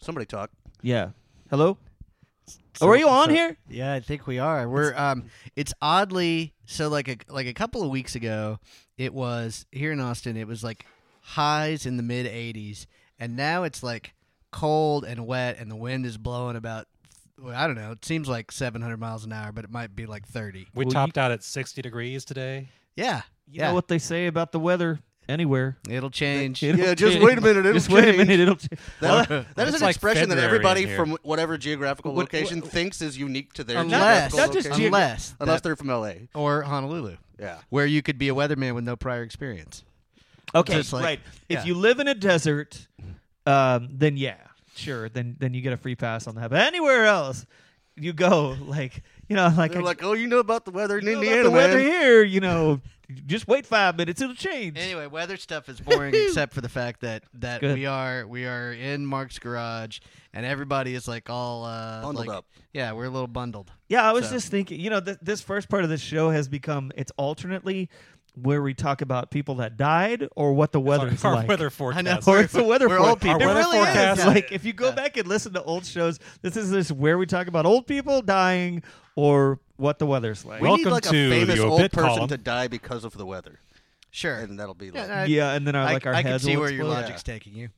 Somebody talk. Yeah. Hello. oh, are you on so- here? Yeah, I think we are. We're um it's oddly so like a like a couple of weeks ago, it was here in Austin, it was like highs in the mid 80s and now it's like cold and wet and the wind is blowing about well, I don't know, it seems like 700 miles an hour, but it might be like 30. Well, We you- topped out at 60 degrees today. Yeah. You yeah. know what they say about the weather anywhere. It'll change. It'll Yeah, just change. wait a minute, it'll just wait a change. minute. It'll. change. That, that It's is an like expression that February in everybody here. from whatever geographical What- location what- thinks is unique to their Unless- geographical not just location. geog- unless unless that- they're from LA. or Honolulu, Yeah. where you could be a weatherman with no prior experience. Okay, Just like- right. yeah. If you live in a desert, um, then yeah, sure. Then then you get a free pass on that. But anywhere else, you go like you know like, They're I- like, oh, you know about the weather in you know about Indiana, the weather man. here. You know, just wait five minutes, it'll change. Anyway, weather stuff is boring except for the fact that that Good. we are we are in Mark's garage and everybody is like all uh, Bundled like- up. Yeah, we're a little bundled. Yeah, I was So- just thinking, you know, th- this first part of the show has become it's alternately where we talk about people that died or what the weather is our like. weather I forecast. know. or it's the weather We're for- old people. It Our weather really forecast. is. Yeah. Like if you go back and listen to old shows, this is this where we talk about old people dying or what the weather's like. We Welcome need like a to famous the old obit person column. to die because of the weather, Sure. and that'll be Yeah, like. I- yeah, and then our I, like our I can heads see will where your explode. logic's taking you.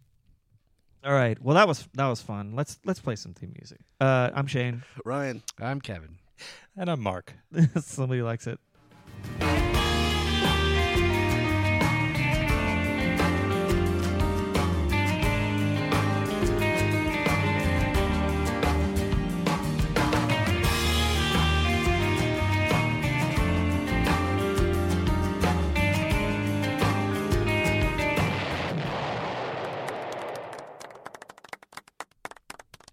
All right. Well, that was that was fun. Let's let's play some theme music. Uh, I'm Shane. Ryan, I'm Kevin. and I'm Mark. Somebody likes it.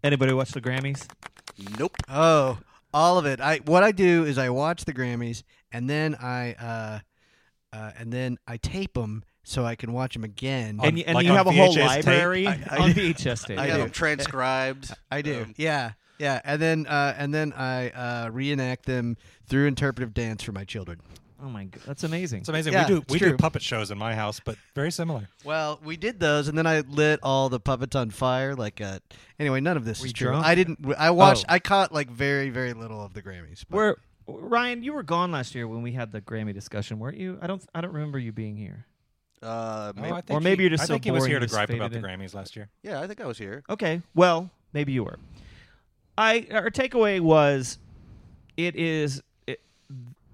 Anybody watch the Grammys? nope. Oh, all of it. I what I do is I watch the Grammys and then I uh, uh and then I tape them so I can watch them again. On- and you, and like you on have a whole VHS tape? library I- I on do. VHS tape. I do. got them transcribed. I do. Um, yeah. Yeah, and then uh, and then I uh, reenact them through interpretive dance for my children. Oh my god, that's amazing. It's amazing. Yeah, we do it's we true. do puppet shows in my house, but very similar. Well, we did those, and then I lit all the puppets on fire. Like, uh, anyway, none of this Were is you true. drunk? I didn't. I watched. Oh. I caught like very, very little of the Grammys. but- Where Ryan, you were gone last year when we had the Grammy discussion, weren't you? I don't I don't remember you being here. Uh, maybe- Oh, I think maybe he- you're just I so think he was boring here you to just gripe faded about the in. Grammys last year. yeah, I think I was here. Okay. Well, maybe you were. I our takeaway was it is it,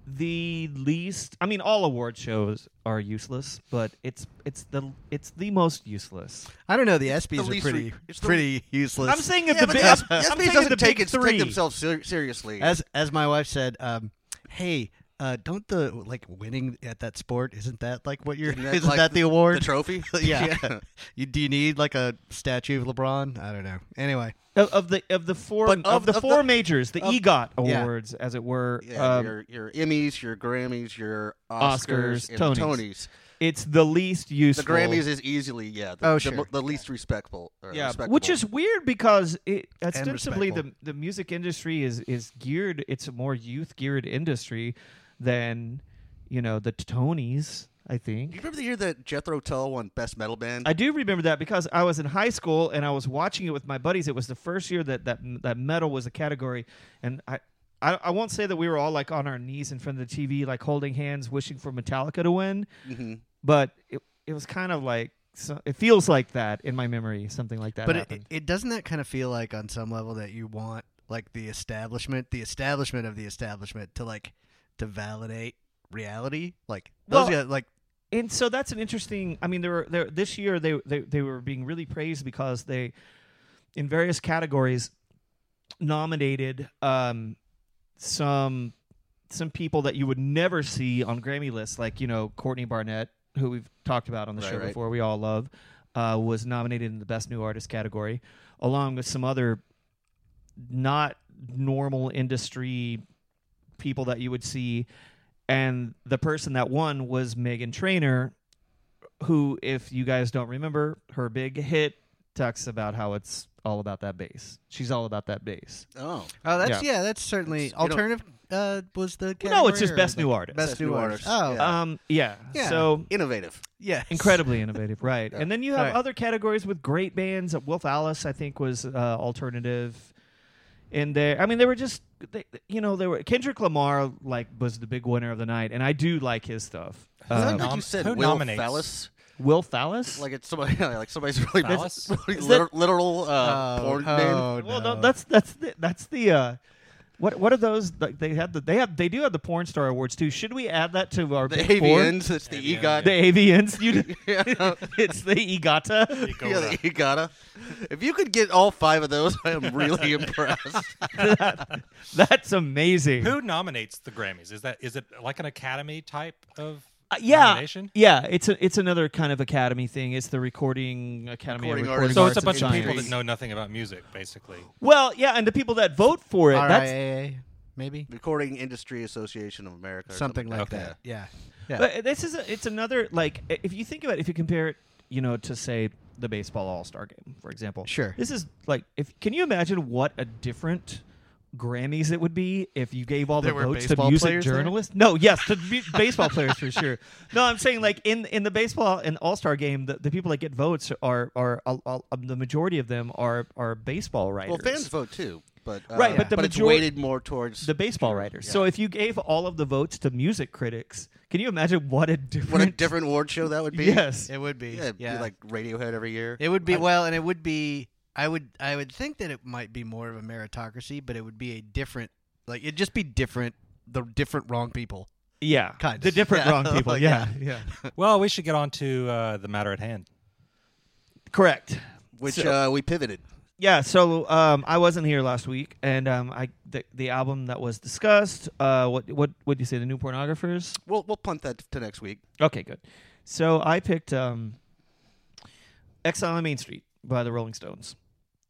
the least I mean all award shows are useless, but it's it's the it's the most useless. I don't know. The ESPYS are least pretty, re- it's the- pretty useless. I'm saying if Yeah, the but big, the S- I'm SBs saying doesn't the take, big it, three. take themselves ser- seriously. as as my wife said, um, "Hey, uh, don't the like winning at that sport isn't that like what you're? Isn't Isn't that, that, like, the award? the trophy. yeah. you, do you need like a statue of LeBron? I don't know. Anyway, of, of the of the four But of, of- the of four the- majors, the E of- EGOT Yeah. awards, as it were. Yeah, um, your your Emmys, your Grammys, your Oscars, Oscars, and Tonys. it's the least The useful. Grammys is easily yeah. The, Oh, the sure. mo- the, least respectable. or yeah, respectable. which is weird because it ostensibly the respectful. the music industry is is geared. It's a more youth geared industry than you know the Tonys. I Do you think remember the year that Jethro Tull won Best Metal Band? I do remember that because I was in high school and I was watching it with my buddies. It was the first year that that that metal was a category, and I. I, I won't say that we were all like on our knees in front of the TV, like holding hands, wishing for Metallica to win. hmm but it, it was kind of like so, it feels like that in my memory something like that but it, happened. it doesn't that kind of feel like on some level that you want like the establishment, the establishment of the establishment to like to validate reality, like those Well, guys, like and so that's an interesting i mean there were there this year they, they they were being really praised because they in various categories nominated um some some people that you would never see on grammy lists like you know courtney barnett who we've talked about on the Right, show right. before we all love uh, was nominated in the best new artist category along with some other not normal industry people that you would see and the person that won was Megan Trainer who if you guys don't remember her big hit talks about how it's all about that bass. She's all about that bass. Oh, Oh, that's yeah. that's certainly It's- you don't- alternative. Uh, was the Well, no, it's category just or best the- new artist. Best, new, artist. Oh, Yeah. Um, yeah. Yeah. So Oh, innovative. yes. incredibly innovative, right? And then you have Right. other categories with great bands. Wolf Alice, I think, was uh, alternative. In there, I mean, they were just, they, you know, they were Kendrick Lamar like was the big winner of the night, and I do like his stuff. Who Um, Sounds like nom- you said, who Will nominates? Fallis. Will Fallis, Like it's somebody, like somebody's really Fallis? really Is that- lit- literal uh, Oh, porn oh, name. Well, no. no, that's that's the, that's the uh, what what are those? Like, they have the they have they do have the porn star awards too. Should we add that to our The big four? AVNs. It's the AVN, EGOT. The AVNs, you did- Yeah. it's the EGOTA. Yeah, the EGOTA. If you could get all five of those, I am really impressed. That's amazing. Who nominates the Grammys? Is that is it like an Academy type of Uh, yeah, nomination? yeah. It's a, it's another kind of academy thing. It's the recording academy. of Recording artists. recording So it's a arts bunch and of people science. that know nothing about music, basically. Well, yeah, and the people that vote for it. That's RIAA, maybe Recording Industry Association of America, or something like Okay. that. Yeah. Yeah. But this is a, it's another like i- if you think about it, if you compare it, you know, to say the baseball All Star Game, for example. Sure. This is like if can you imagine what a different Grammys it would be if you gave all There the were votes to baseball music players there? journalists. No, yes, to be- baseball players for sure. No, I'm saying like in in the baseball and All Star Game, the, the people that get votes are are, are, the majority of them are are baseball writers. Well, fans vote too, but uh, Right, but the it's major- weighted more towards the baseball writers. So if you gave all of the votes to music critics, can you imagine what a different what a different award show that would be. Yes. It would be. yeah, Yeah. it'd be like Radiohead every year. it would be well, and it would be. I would. I would think that it might be more of a meritocracy, but it would be a different. Like it'd just be different. The different wrong people. Yeah, Kind of. the different Yeah. wrong people. Like, yeah, yeah, Well, we should get on to uh, the matter at hand. correct. which So- uh, we pivoted. Yeah, so um, I wasn't here last week, and um, I the, the album that was discussed. Uh, what what would you say? The new pornographers. We'll we'll punt that to next week. Okay, good. So I picked um, "Exile on Main Street" by the Rolling Stones.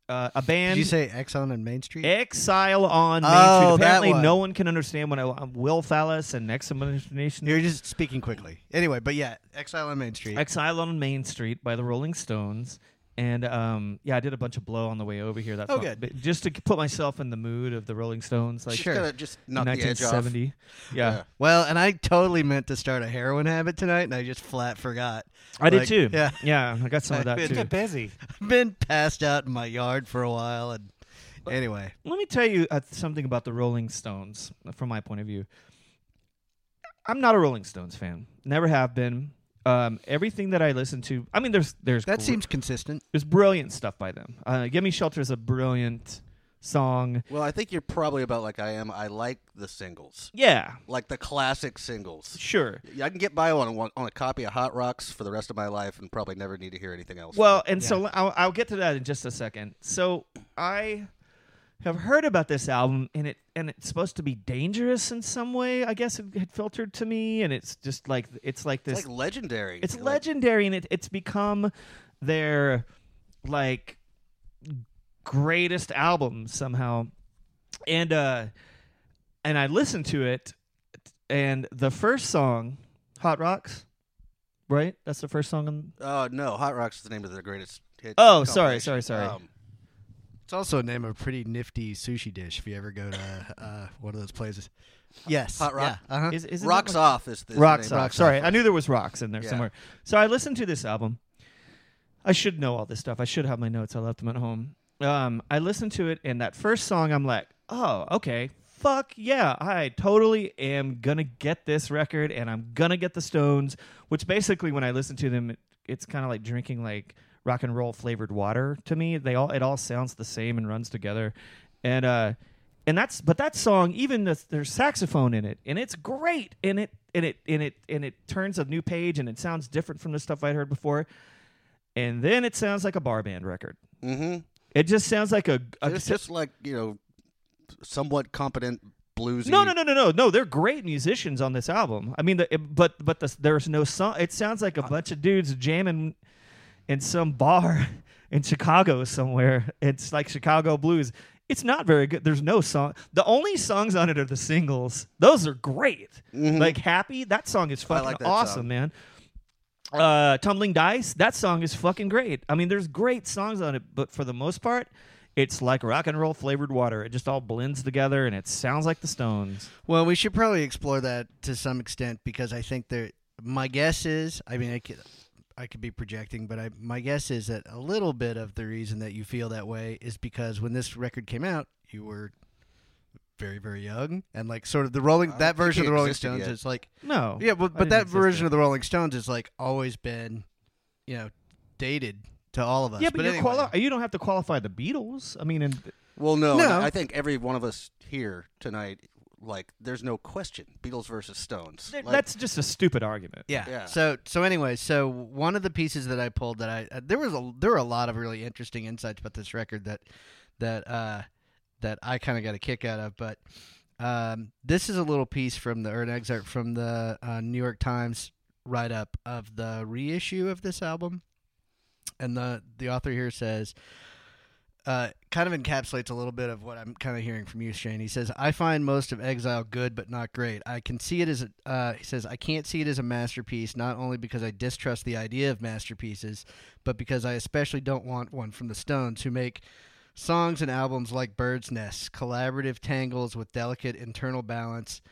Uh, a band. Did you say Exxon and Main Eh. Street? Exile on Main Oh, Street. that Apparently, one. no one can understand when I um, Will Fallis and Next Explanation. You're just speaking quickly. Anyway, but yeah, Exile on Main Street. Exile on Main Street by the Rolling Stones. And um, yeah, I did a bunch of blow on the way over here. That's Oh, not- good. but just to put myself in the mood of the Rolling Stones, like Just Sure. kinda just knock the edge off. 1970. Yeah. Yeah. well, and I totally meant to start a heroin habit tonight, and I just flat forgot. I did Like, too. Yeah, yeah, I got some of that It's too. a busy. been passed out in my yard for a while, and anyway, Let me tell you uh, something about the Rolling Stones from my point of view. I'm not a Rolling Stones fan. Never have been. Um, everything that I listen to, I mean, there's there's that gr- seems consistent. there's brilliant stuff by them. Uh, "Give Me Shelter" is a brilliant song. Well, I think you're probably about like I am. I like the singles, Yeah, like the classic singles. sure. Yeah, I can get by on one, on a copy of Hot Rocks for the rest of my life and probably never need to hear anything else. Well, and so I'll, I'll get to that in just a second. So I have heard about this album, and it and it's supposed to be dangerous in some way. I guess it had filtered to me, and it's just like it's like it's this. like legendary. It's Like, legendary, and it, it's become their like greatest album somehow. And uh, and I listened to it, and the first song, "Hot Rocks," right? That's the first song on Uh, no, Hot Rocks is the name of the greatest hit. Oh, sorry, compilation. sorry, sorry. Um, It's also a name of a pretty nifty sushi dish if you ever go to uh, one of those places. Yes, Hot Rock? Yeah, uh-huh. Is, is Rocks Off is the is the Rocks name. off. Sorry, I knew there was rocks in there Yeah. somewhere. So I listened to this album. I should know all this stuff. I should have my notes. I left them at home. Um, I listened to it, and that first song, I'm like, oh, okay, fuck yeah, I totally am gonna get this record, and I'm gonna get the Stones. Which basically, when I listen to them, it, it's kind of like drinking like rock and roll flavored water to me. They all it all sounds the same and runs together, and uh, and that's but that song even the, there's saxophone in it and it's great and it and it and it and it turns a new page and it sounds different from the stuff i'd heard before and then it sounds like a bar band record Mm-hmm. it just sounds like a, a It's just like you know, somewhat competent bluesy. no no no no no no they're great musicians on this album i mean the, it- but but the, there's no song it sounds like a bunch of dudes jamming in some bar in chicago somewhere it's like chicago blues it's not very good there's no song the only songs on it are the singles those are great Mhm. Mm-hmm. like happy that song is fucking like that awesome song. man uh, Tumbling Dice, that song is fucking great. I mean, there's great songs on it, but for the most part, it's like rock and roll flavored water. It just all blends together and it sounds like the Stones. Well, we should probably explore that to some extent because I think there. My guess is, I mean, I could, I could be projecting, but I, my guess is that a little bit of the reason that you feel that way is because when this record came out, you were very, very young, and like sort of the Rolling don't that think version it of the Rolling existed Stones yet. is like, No. yeah, but, but Oh, didn't that exist version yet. of the Rolling Stones has like always been, you know, dated to all of us. Yeah, but, you're anyway. quali- you don't have to qualify the Beatles. I mean, and Well, no, and No. I think every one of us here tonight, like, there's no question: Beatles versus Stones. th- Like, that's just a stupid argument. Yeah. Yeah. So so anyway, so one of the pieces that I pulled that I uh, there was a there were a lot of really interesting insights about this record that that uh that I kind of got a kick out of, but um this is a little piece from the or an excerpt from the uh, New York Times write up of the reissue of this album. And the the author here says uh, kind of encapsulates a little bit of what I'm kind of hearing from you, Shane. He says, "I find most of Exile good, but not great. I can see it as a, uh, he says I can't see it as a masterpiece, not only because I distrust the idea of masterpieces, but because I especially don't want one from the Stones, who make songs and albums like birds' nests, collaborative tangles with delicate internal balance."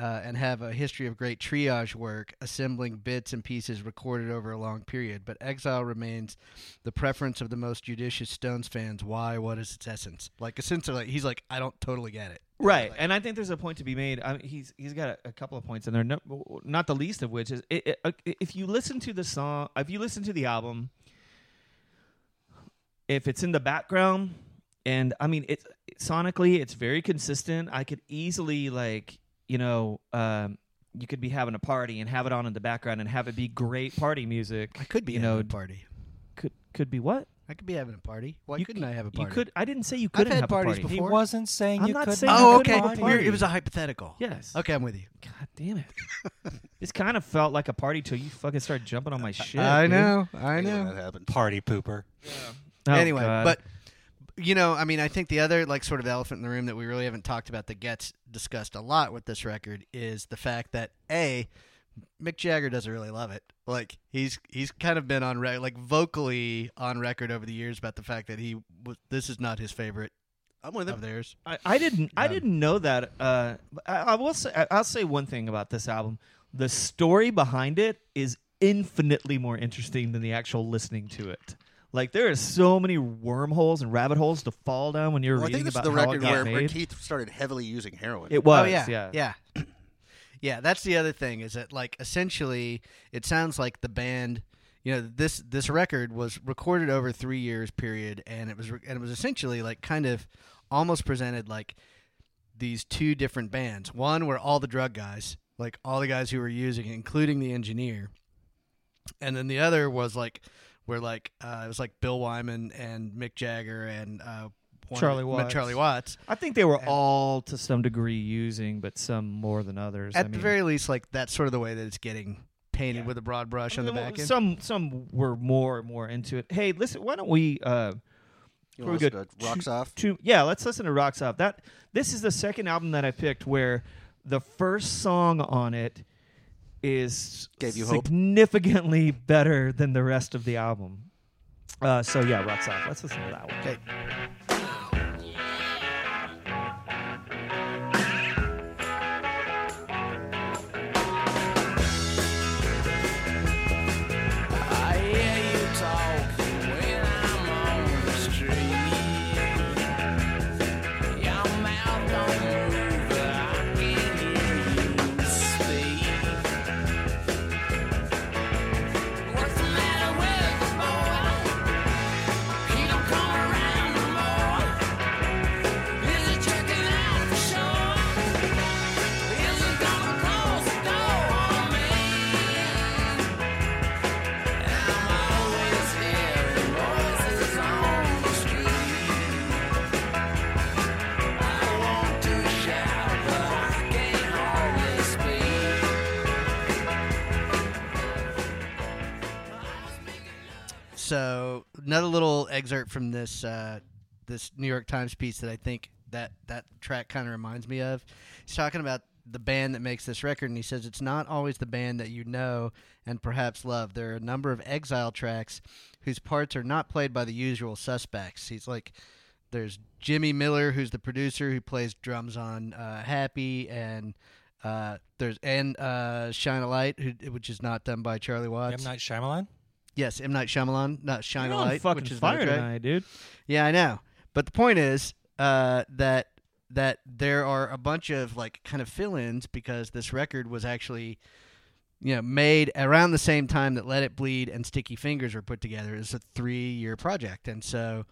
Uh, and have a history of great triage work, assembling bits and pieces recorded over a long period. But Exile remains the preference of the most judicious Stones fans. Why? What is its essence? Like essentially, like, he's like, I don't totally get it. Right, Like- and I think there's a point to be made. I mean, he's he's got a, a couple of points in there, no, not the least of which is i uh, i if you listen to the song, if you listen to the album, if it's in the background, and I mean, it's sonically, it's very consistent. I could easily like you know, um, you could be having a party and have it on in the background and have it be great party music. I could be you having know, a party. could could be what I could be having a party. Why You couldn't I have a you party? could. I didn't say you I've couldn't had have parties a party. before. He wasn't saying I'm you not couldn't. saying you Oh, couldn't okay. have a You're- It was a party. hypothetical. Yes. Okay, I'm with you. God damn it. this kind of felt like a party till you fucking started jumping on my shit. I dude. know. I when that know. happened. party pooper. Oh, anyway, God. but you know, I mean, I think the other like sort of elephant in the room that we really haven't talked about that gets discussed a lot with this record is the fact that a Mick Jagger doesn't really love it. Like he's he's kind of been on re- like vocally on record over the years about the fact that he was, this is not his favorite I'm with of him. theirs. I, I didn't. I Um, didn't know that. Uh, but I, I will say. I, I'll say one thing about this album. The story behind it is infinitely more interesting than the actual listening to it. Like there is so many wormholes and rabbit holes to fall down when you're Well, I reading think this is about the how record it got where, where made. Keith started heavily using heroin. It was. oh yeah, yeah. yeah, yeah. that's the other thing is that like essentially it sounds like the band, you know, this this record was recorded over three years period, and it was re- and it was essentially like kind of almost presented like these two different bands. One were all the drug guys, like all the guys who were using, it, including the engineer, and then the other was like where like uh, it was like Bill Wyman and Mick Jagger and uh, one- Charlie Watts. Charlie Watts. I think they were all to some degree using, but some more than others. at I the mean, very least, like that's sort of the way that it's getting painted with a broad brush on the Well, back end. Some some were more and more into it. Hey, listen, why don't we uh You Pretty know, good. uh, Rocks off. to yeah, let's listen to Rocks Off. That this is the second album that I picked where the first song on it is Gave you hope. significantly better than the rest of the album. Uh, so yeah, Rocks Off. Let's listen to that one. okay. I hear you talking when I'm on the street. Your mouth don't move, but I can hear you speak. What's the matter with the boy? He don't come around no more. Is he checking out for sure? Is he gonna close the door on me? I'm always hearing voices on the street. I want to shout, but I can't hardly speak. So another little excerpt from this uh, this New York Times piece that I think that that track kind of reminds me of. He's talking about the band that makes this record, and he says it's not always the band that you know and perhaps love. There are a number of exile tracks whose parts are not played by the usual suspects. He's like, there's Jimmy Miller, who's the producer who plays drums on uh, Happy, and uh, there's and uh, Shine a Light, who, which is not done by Charlie Watts. M Night Shyamalan. yes, M Night Shyamalan, not Shine You're a on Light, fucking which is fire not great. tonight, dude. Yeah, I know. But the point is uh, that that there are a bunch of like kind of fill-ins because this record was actually you know made around the same time that Let It Bleed and Sticky Fingers were put together. It's a three-year project, and so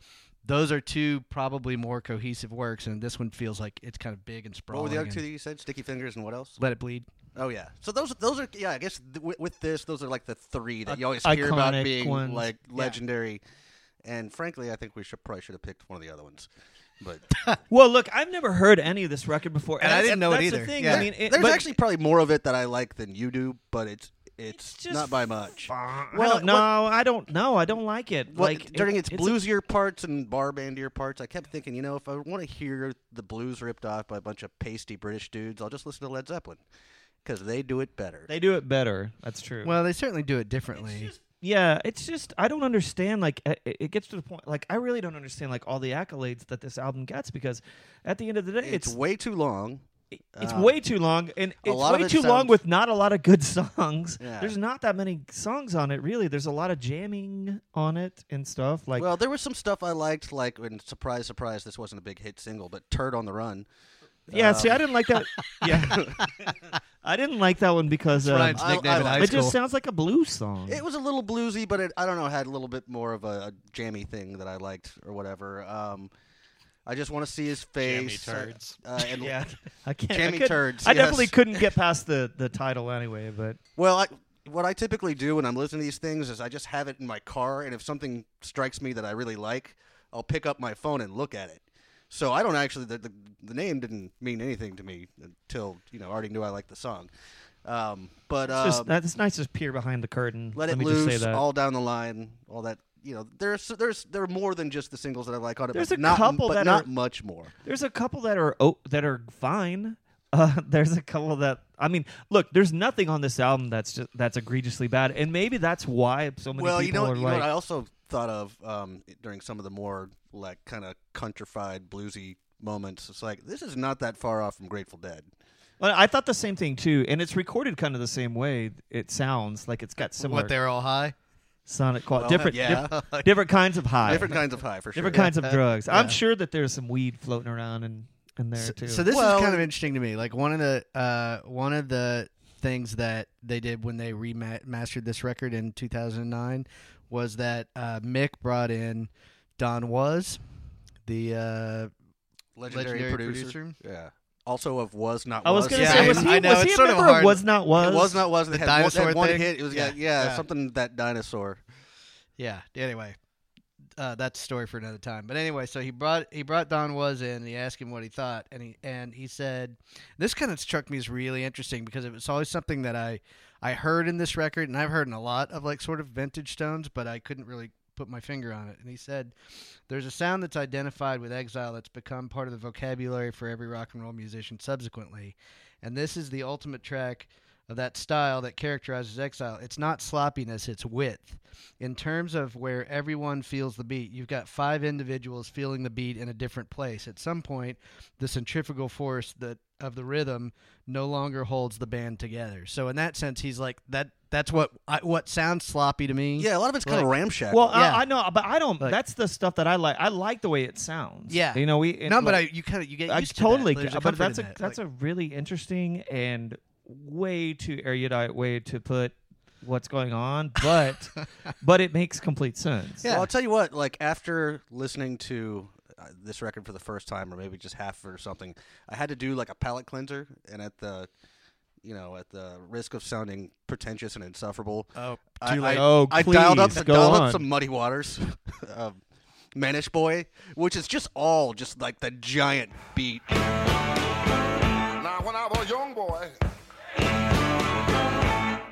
those are two probably more cohesive works. And this one feels like it's kind of big and sprawling. What were the other two and that you said? Sticky fingers and what else? Let It Bleed. Oh yeah. So those those are yeah. I guess th- with, with this, those are like the three that you always hear iconic about being ones. like legendary. And frankly, I think we should probably should have picked one of the other ones. But Well, look, I've never heard any of this record before, And I that's- didn't know it that's the either. thing. Yeah. I mean, it, there's but- actually probably more of it that I like than you do, but it's it's, just not by much. well, what- no, I don't know. I don't like it. Well, like during it- its a- bluesier parts and bar bandier parts, I kept thinking, you know, if I want to hear the blues ripped off by a bunch of pasty British dudes, I'll just listen to Led Zeppelin because they do it better. they do it better. That's true. Well, they certainly do it differently. yeah, it's just I don't understand. Like it, it gets to the point. Like I really don't understand. Like all the accolades that this album gets because at the end of the day, it's, it's way too long. it's Uh, way too long and a it's lot of way it too long sounds- with not a lot of good songs Yeah. there's not that many songs on it really there's a lot of jamming on it and stuff like well, there was some stuff I liked, like and surprise, surprise, this wasn't a big hit single, but "Turd on the Run." uh, yeah see i didn't like that yeah i didn't like that one because um, Ryan's I- nickname I in like- high it school. just sounds like a blues song It was a little bluesy, but it, I don't know, had a little bit more of a, a jammy thing that I liked or whatever. Um, I just want to see his Jammy face. uh, turds. uh, and yeah i can't I Jammy couldn't- turds, i definitely yes. couldn't get past the the title anyway but Well, I, what I typically do when I'm listening to these things is I just have it in my car, and if something strikes me that I really like, I'll pick up my phone and look at it. So I don't actually the the, the name didn't mean anything to me until you know I already knew I liked the song. Um, but it's just um, that's nice to peer behind the curtain let, it me loose just say that all down the line, all that. You know, there's there's there are more than just the singles that I like on it. There's but a not, couple but that not are- much more. There's a couple that are oh, that are fine. Uh, there's a couple that I mean, look, there's nothing on this album that's just, that's egregiously bad, and maybe that's why so many well, you people know, are you know like, what I also thought of um, during some of the more like kind of countrified bluesy moments. It's like this is not that far off from Grateful Dead. Well, I thought the same thing too, and it's recorded kind of the same way. It sounds like it's got similar What they're all high. sonic quality, different, yeah. diff- different kinds of high, Different kinds of high for sure. different kinds of drugs. I'm sure that there's some weed floating around in, in there So, too. so this Well- is kind of interesting to me. Like one of the uh, one of the things that they did when they remastered this record in 2009 was that uh, Mick brought in Don Was, the uh, Legendary, Legendary producer. producer. Yeah. Also of was not. I was gonna Yeah, say, I- was he, I know, was he it's a sort of member hard. was not was It was not was. It had one- it dinosaur had one, thing? hit. It was yeah, Yeah. yeah, Yeah. something that dinosaur. Mm-hmm. yeah. Anyway, uh, that's a story for another time. But anyway, so he brought he brought Don Was in. And he asked him what he thought, and he and he said, "This kind of struck me as really interesting because it was always something that I I heard in this record, and I've heard in a lot of like sort of vintage stones, but I couldn't really put my finger on it." And he said, "There's a sound that's identified with exile that's become part of the vocabulary for every rock and roll musician subsequently, and this is the ultimate track." Of that style that characterizes exile, it's not sloppiness, it's width. In terms of where everyone feels the beat, you've got five individuals feeling the beat in a different place. At some point, the centrifugal force that of the rhythm no longer holds the band together. So in that sense, he's like that. That's what I, what sounds sloppy to me. Yeah, a lot of it's kind of Like- ramshackle. Well, Yeah. I, I know, but I don't. Like- that's the stuff that I like. I like the way it sounds. Yeah. you know, we it- no, but I, like, you kind of you get I used to totally. That. There's but comfort that's a in that. that's Like, a really interesting and way too erudite way to put what's going on, but but it makes complete sense. Well, I'll tell you what. Like after listening to uh, this record for the first time, or maybe just half or something, I had to do like a palate cleanser. And at the, you know, at the risk of sounding pretentious and insufferable, oh, I, too late. I, Oh, I dialed up, please, I go dialed on. up some Muddy Waters, um, Manish Boy, which is just all just like the giant beat. Now, when I was a young boy,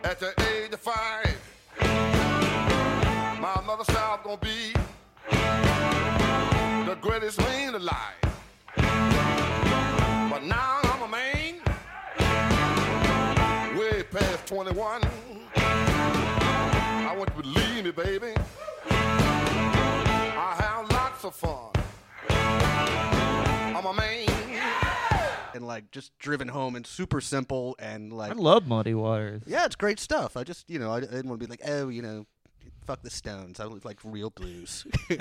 at the age of five, my mother said I was gonna be the greatest man alive. But now I'm a man, 21. I want you to believe me, baby. I have lots of fun. I'm a man. and like just driven home and super simple and I like love Muddy Waters. yeah, it's great stuff. I just you know I, I didn't want to be like oh you know. Fuck the Stones. I like real blues. but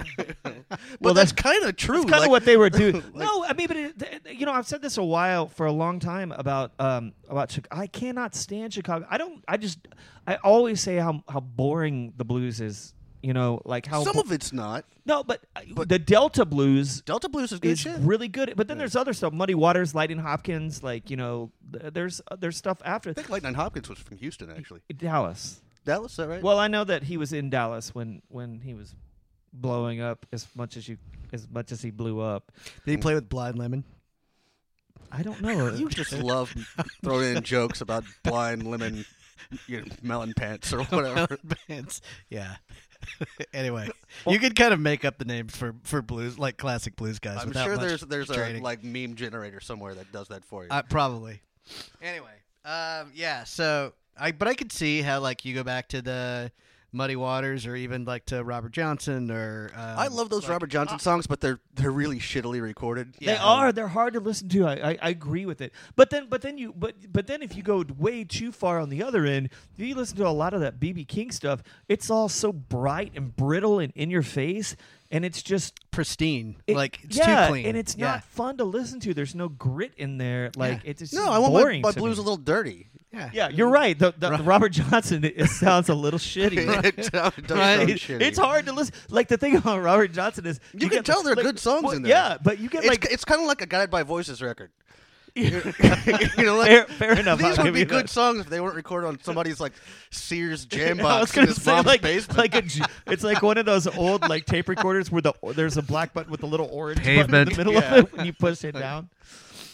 Well, that's that's- kind of true. That's kind like- of what they were doing. like- no, I mean, but it, th- you know, I've said this a while for a long time about um about Chic- I cannot stand Chicago. I don't. I just I always say how how boring the blues is. You know, like how Some bo- of it's not. no, but, uh, the Delta blues Delta blues is good is shit. really good. But then there's other stuff, Muddy Waters, Lightning Hopkins, like you know, th- there's uh, there's stuff after I think Lightning Hopkins was from Houston, actually. Dallas. Dallas, is that right? Well, I know that he was in Dallas when when he was blowing up as much as you as much as he blew up. Did he play with Blind Lemon? I don't know. you just love throwing in jokes about blind lemon, you know, melon pants or whatever. Bands. Yeah. anyway, you could kind of make up the names for, for blues, like classic blues guys. I'm without sure much there's there's a training. like meme generator somewhere that does that for you. Uh, probably. Anyway, um, yeah. So I, but I could see how like you go back to the Muddy Waters or even like to Robert Johnson or um, I love those Robert Johnson songs, but they're they're really shittily recorded. They are. They're hard to listen to. I, I, I agree with it. But then, but then you, but but then if you go way too far on the other end, if you listen to a lot of that BB King stuff, it's all so bright and brittle and in your face, and it's just pristine. it- like it's yeah, too clean, and it's not fun to listen to. There's no grit in there. Like it's just No, I want my, boring my to blues me. a little dirty. Yeah. Yeah, you're right. The, the, the Robert Johnson it, it sounds a little shitty. It does sound Right? shitty. It's hard to listen. Like the thing about Robert Johnson is You, can get the- tell there are like, good songs well, in there. Yeah, but you get it's, like it's kind of like a Guided by Voices record. you know, like, fair, fair enough. These would I'll give be you good that. songs if they weren't recorded on somebody's like Sears jam I box was in gonna his say mom's like basement. like a j- it's like one of those old like tape recorders where the there's a black button with a little orange button in Pavement. the middle of it when you push it down.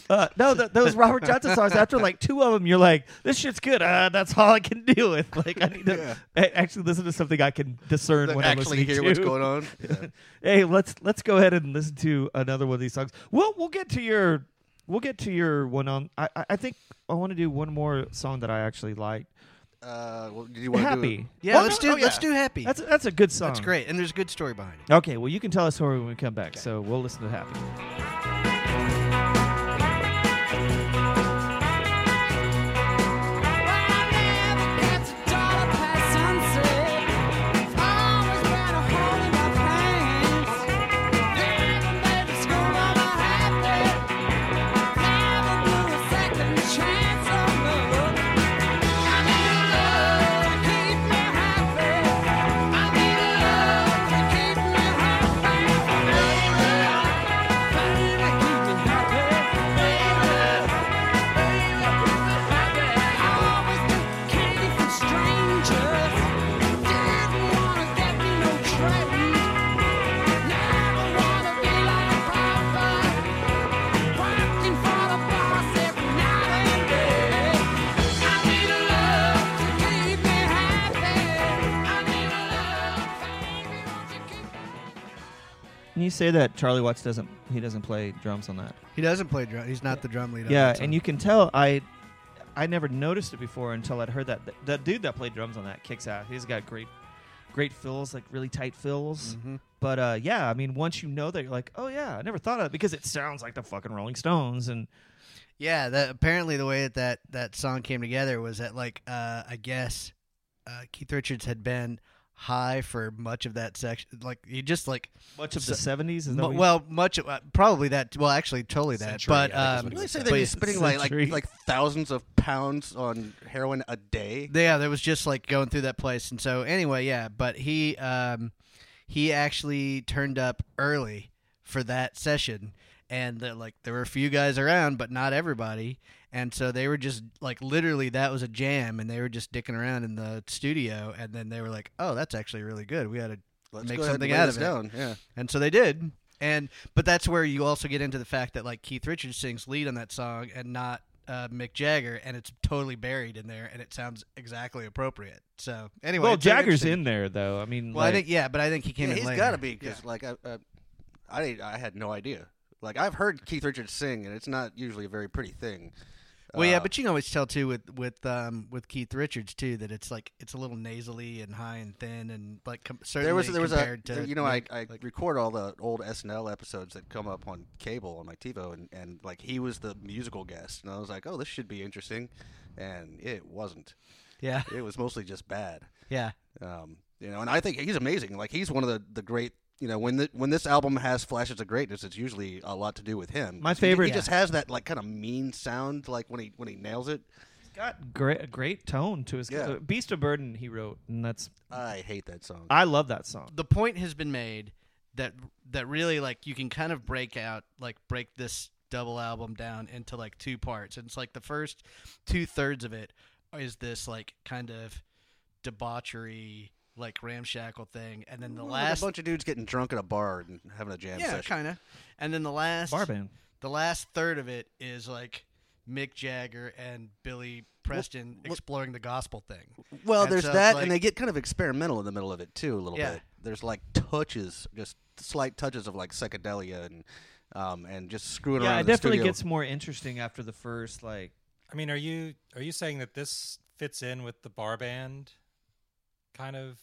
Uh, no, th those Robert Johnson songs. After like two of them, you're like, "This shit's good. Uh, that's all I can deal with." Like, I need to a- actually listen to something I can discern Like, when I'm actually listening hear what's to. going on. Yeah. hey, let's let's go ahead and listen to another one of these songs. We'll we'll get to your we'll get to your one on. I I I think I want to do one more song that I actually like. Uh, well, do you want to do Happy. it? Yeah, Well, let's no, oh, do let's do happy. That's that's a good song. That's great, and there's a good story behind it. Okay, well, you can tell us story when we come back, so we'll listen to Happy. Yeah. Can you say that Charlie Watts doesn't he doesn't play drums on that? He doesn't play drum. He's not the drum leader. yeah, and you can tell I I never noticed it before until I'd heard that. That, that dude that played drums on that kicks out. He's got great great fills, like really tight fills. Mm-hmm. But uh, yeah, I mean, once you know that, you're like, oh yeah, I never thought of it because it sounds like the fucking Rolling Stones, and Yeah, that apparently the way that that, that song came together was that like uh, I guess uh, Keith Richards had been high for much of that section. Like he just like much of the seventies is that mu- what you- well much of, uh, probably that well actually totally that Century, but I think is um, what You it really was. say But they'd be it's spitting like, century. like like thousands of pounds on heroin a day? yeah that was just like going through that place and so anyway yeah but he um, he actually turned up early for that session and the, like there were a few guys around but not everybody and so they were just like literally that was a jam and they were just dicking around in the studio and then they were like oh that's actually really good we ought to Let's make go ahead and something lay out this of it down. Yeah. and so they did and but that's where you also get into the fact that like keith richards sings lead on that song and not uh, mick jagger and it's totally buried in there and it sounds exactly appropriate so anyway well it's very Jagger's interesting. in there though. I mean, well i like- think yeah but i think he came Yeah, in he's later. got to be because like I, I, I, I had no idea. Like I've heard Keith Richards sing, and it's not usually a very pretty thing. Well, yeah, Uh, but you can always tell too with with um, with Keith Richards too that it's like it's a little nasally and high and thin and like com- certainly there was there was a compared to you know I, Nick, I like, record all the old SNL episodes that come up on cable on my TiVo and and like he was the musical guest and I was like oh this should be interesting, and it wasn't. yeah It was mostly just bad. yeah Um, you know, and I think he's amazing. Like he's one of the, the great. You know, when the, when this album has flashes of greatness, it's usually a lot to do with him. My He- favorite- He, just has that like kind of mean sound, like when he when he nails it. got great great tone to his Yeah. uh, Beast of Burden he wrote and that's I hate that song. I love that song. the point has been made that that really like you can kind of break out like break this double album down into like two parts and it's like the first two thirds of it is this like kind of debauchery like ramshackle thing and then the Well, like last a bunch of dudes getting drunk at a bar and having a jam yeah session. kind of and then the last Bar band. the last third of it is like Mick Jagger and Billy Preston exploring the gospel thing Well, And there's so it's that, like- and they get kind of experimental in the middle of it too, a little Yeah. bit. There's like touches, just slight touches of like psychedelia and um, and just screwing Yeah, around. it in the definitely studio. gets more interesting after the first like I mean, are you are you saying that this fits in with the bar band kind of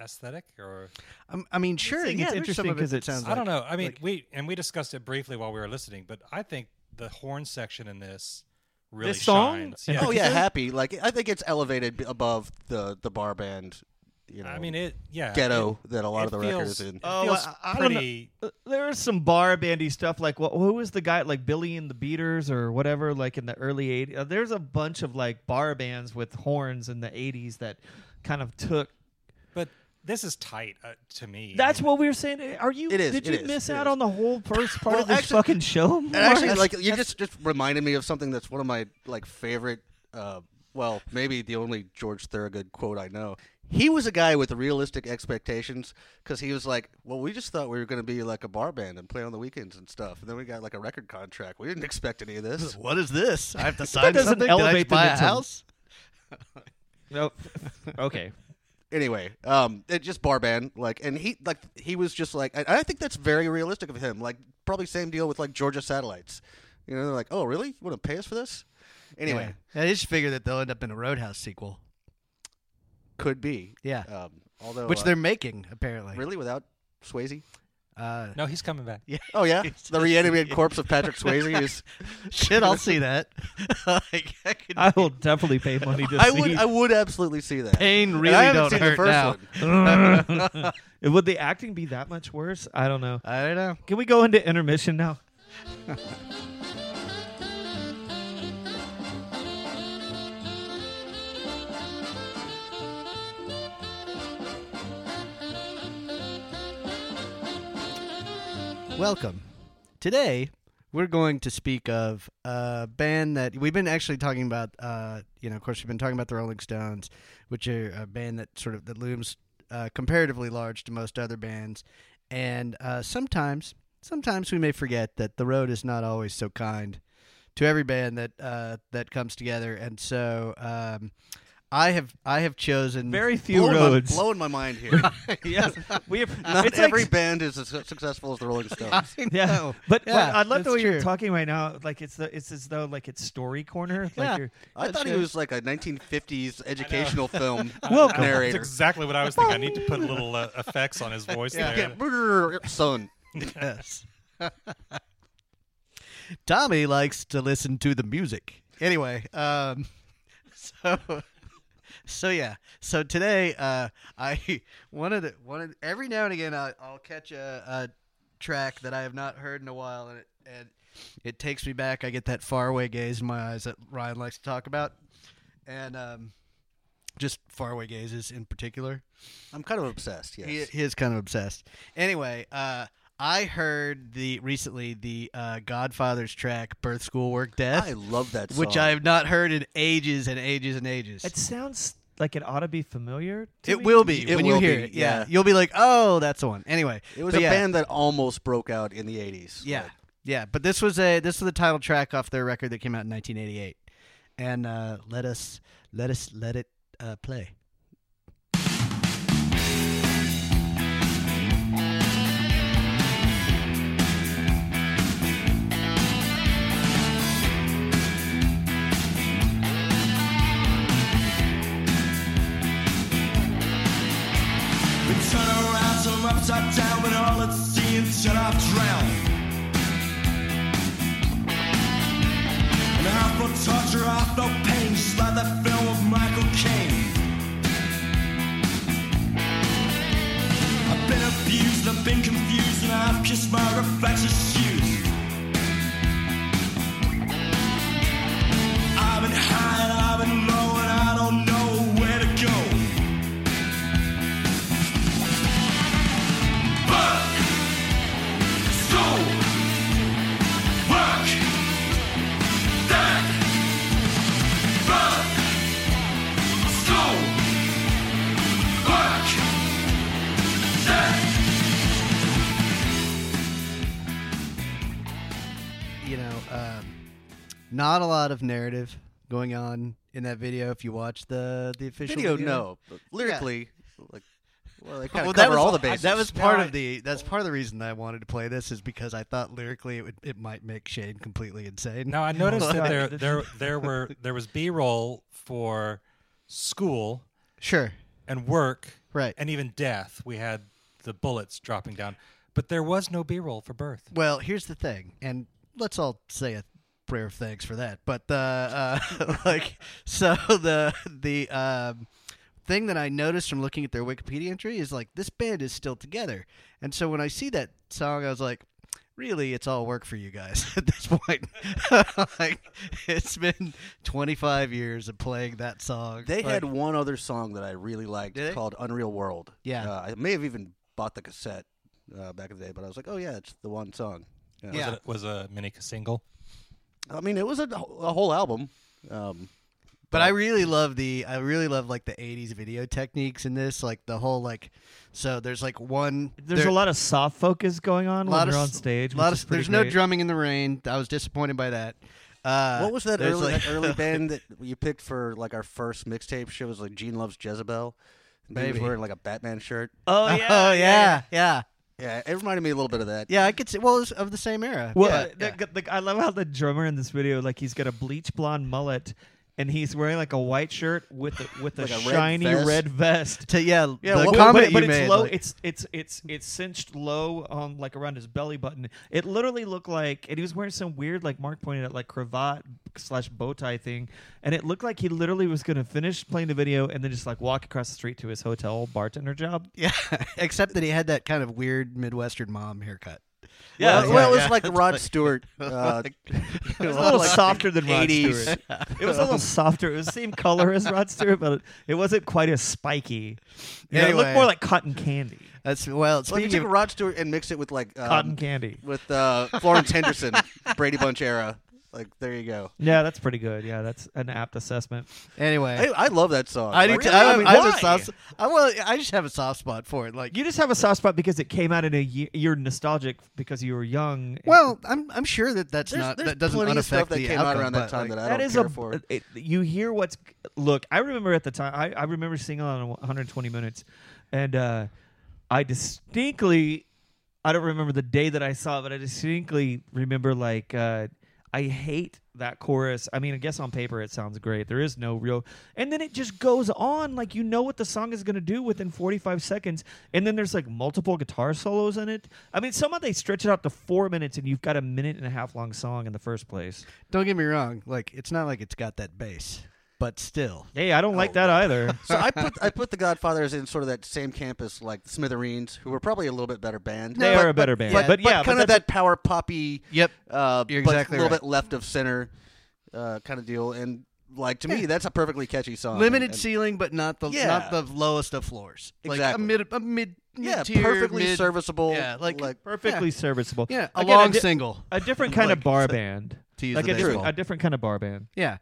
aesthetic, or I'm, I mean sure saying yeah, it's there's some interesting of it 'cause that it's- sounds I like- don't know. I mean, like- we and we discussed it briefly while we were listening, but I think the horn section in this really This song shines. in Yeah. Oh yeah, particular? happy. Like I think it's elevated b- above the the bar band. You know, I mean it. Yeah, ghetto that a lot it of the record is feels, in. It Oh, feels I- I don't know. pretty. Uh, there was some bar bandy stuff like what who was the guy like Billy and the Beaters or whatever like in the early 80s. Uh, There's a bunch of like bar bands with horns in the 80s that kind of took But this is tight uh, to me. That's I mean, what we were saying. Are you It is, did it you is, miss it out is. on the whole first part Well, of this actually- fucking show? Mark? And actually, like you just just reminded me of something that's one of my like favorite. Uh, well, maybe the only George Thorogood quote I know. He was a guy with realistic expectations because he was like, "Well, we just thought we were going to be like a bar band and play on the weekends and stuff, and then we got like a record contract. We didn't expect any of this." What is this? I have to sign doesn't something. Did I elevate just buy them a into- house? Nope. okay. anyway, um, it just bar band like, and he like he was just like, and I think that's very realistic of him. Like, probably same deal with like Georgia Satellites. You know, they're like, "Oh, really? You want to pay us for this?" Anyway, Yeah. I just figure that they'll end up in a Roadhouse sequel. could be. Yeah. Um, although, which uh, they're making, apparently. Really, without Swayze? Uh, No, he's coming back. Oh yeah, the reanimated corpse of Patrick Swayze is. shit, I'll see that. like, I, could, I will definitely pay money to I see. would, I would absolutely see that. pain And I really haven't don't seen hurt the first now. one. would the acting be that much worse? I don't know. I don't know. Can we go into intermission now? Welcome. Today, we're going to speak of a band that we've been actually talking about. Uh, you know, of course, we've been talking about the Rolling Stones, which are a band that sort of that looms uh, comparatively large to most other bands. And uh, sometimes, sometimes we may forget that the road is not always so kind to every band that uh, that comes together. And so, um, I have I have chosen Very few blowing roads. My, blowing my mind here. yes, we. Have, Not it's every Like, band is as successful as the Rolling Stones. yeah, No. but Yeah, what- I love the that's way you're true. talking right now. Like it's the, it's as though like it's story corner. Yeah. Like you're, I thought he true. was like a 1950s educational film Welcome. That's narrator. exactly what I was thinking. I need to put little uh, effects on his voice Yeah, there. brrr, son. Yes. Tommy likes to listen to the music. Anyway, um, so so yeah. So today, uh, I one of the one of every now and again, I, I'll catch a, a track that I have not heard in a while, and it, and it takes me back. I get that faraway gaze in my eyes that Ryan likes to talk about, and um, just faraway gazes in particular. I'm kind of obsessed. Yes. He, he is kind of obsessed. Anyway, uh, I heard the recently the uh, Godfather's track "Birth, School, Work, Death," I love that song. which I have not heard in ages and ages and ages. it sounds like it ought to be familiar. To it me. will be It when you will hear be, it. Yeah. yeah. you'll be like, "Oh, that's the one." Anyway, It was but a yeah, band that almost broke out in the 80s. Yeah, Like, yeah. But this was a this was the title track off their record that came out in 1988, and uh, let us let us let it uh, play. drown. And I felt torture, I felt pain, just like that film of Michael Caine. I've been abused, I've been confused, and I've kissed my reflection's shoes. I've been high and I've been low, and I don't know where to go. Fuck! Stole. Work. That. Fuck. Stole. Work. That. you know, um, not a lot of narrative going on in that video. If you watch the the official Video, video, no. But lyrically, like, well, they kind Well, of that cover was all the bases. That was part No, I- of the. That's part of the reason I wanted to play this is because I thought lyrically it would, it might make Shane completely insane. Now I noticed that Right. there there there were there was B roll for school sure, and work right. and even death. We had the bullets dropping down, but there was no B roll for birth. Well, here's the thing, and let's all say a prayer of thanks for that. But the uh, like, so the the um, thing that I noticed from looking at their Wikipedia entry is like this band is still together, and so when I see that song, I was like. Really, it's all work for you guys at this point. like, it's been 25 years of playing that song. They Like, had one other song that I really liked Did they? called Unreal World. Yeah. Uh, I may have even bought the cassette uh, back in the day, but I was like, oh, yeah, it's the one song. Yeah. Was it was a mini single. I mean, it was a, a whole album. Um, But I really love the I really love like the '80s video techniques in this, like the whole like. So there's like one. There's there- a lot of soft focus going on when they're on stage. lot which of- is pretty there's no great. drumming in the rain. I was disappointed by that. Uh, what was that there's, early, like- that early band that you picked for like our first mixtape show? It was like Gene Loves Jezebel. And he was Maybe. wearing like a Batman shirt. Oh oh yeah, yeah, yeah, yeah, Yeah, it reminded me a little bit of that. I could see. Well, it was of the same era. Well, Yeah, uh, that- like, I love how the drummer in this video, like he's got a bleach blonde mullet, and he's wearing like a white shirt with a, with a, Like a red shiny vest. red vest. To- yeah, Yeah, The what- Well, comment but, but you it's made. low. like- it's it's it's it's cinched low on like around his belly button. It literally looked like, and he was wearing some weird, like Mark pointed out, like cravat slash bow tie thing, and it looked like he literally was going to finish playing the video and then just like walk across the street to his hotel bartender job. yeah, except that he had that kind of weird Midwestern mom haircut. Yeah, well, Yeah, it was yeah. like the Rod Stewart. Uh, It was a little like softer than Rod 80s. Stewart. It was a little softer. It was the same color as Rod Stewart, but it, it wasn't quite as spiky. You know, it Anyway. looked more like cotton candy. That's well. Well, if Speaking you took of, Rod Stewart and mix it with like um, Cotton candy. with uh, Florence Henderson, Brady Bunch era. Like there you go. Yeah, that's pretty good. Yeah, that's an apt assessment. anyway, I, I love that song. I, do Like, t- I, I mean, I have a why? soft. I well, I just have a soft spot for it. Like You just have a soft spot because it came out in a year. You're nostalgic because you were young. Well, I'm I'm sure that that's There's- not there's that doesn't plenty of unaffect stuff that the came out outcome, around that but, time that like, I that don't is care a. for. it- you hear what's. Look, I remember at the time. I, I remember seeing it on 120 minutes, and uh, I distinctly. I don't remember the day that I saw it, but I distinctly remember like uh, I hate that chorus. I mean, I guess on paper it sounds great. There is no real, and then it just goes on like you know what the song is going to do within 45 seconds, and then there's like multiple guitar solos in it. I mean, somehow they stretch it out to four minutes, and you've got a minute and a half long song in the first place. Don't get me wrong. Like it's not like it's got that bass, but still. Hey, I don't like Oh, that either. So I put I put the Godfathers in sort of that same campus like the Smithereens, who were probably a little bit better band. They but, are a better band, yeah, but, yeah, kind of that's- that power poppy. Yep. Uh, You're but exactly a little right. bit left of center, uh, kind of deal. And like to me, that's a perfectly catchy song. Limited And- ceiling, but not the Yeah. not the lowest of floors. Like Exactly. a mid a mid yeah, mid-tier, perfectly mid- serviceable. Yeah, like, perfectly serviceable. Yeah, a Again, long di- single. a different kind of Like, bar so- band. to use like the a different, baseball. a different kind of bar band. Yeah.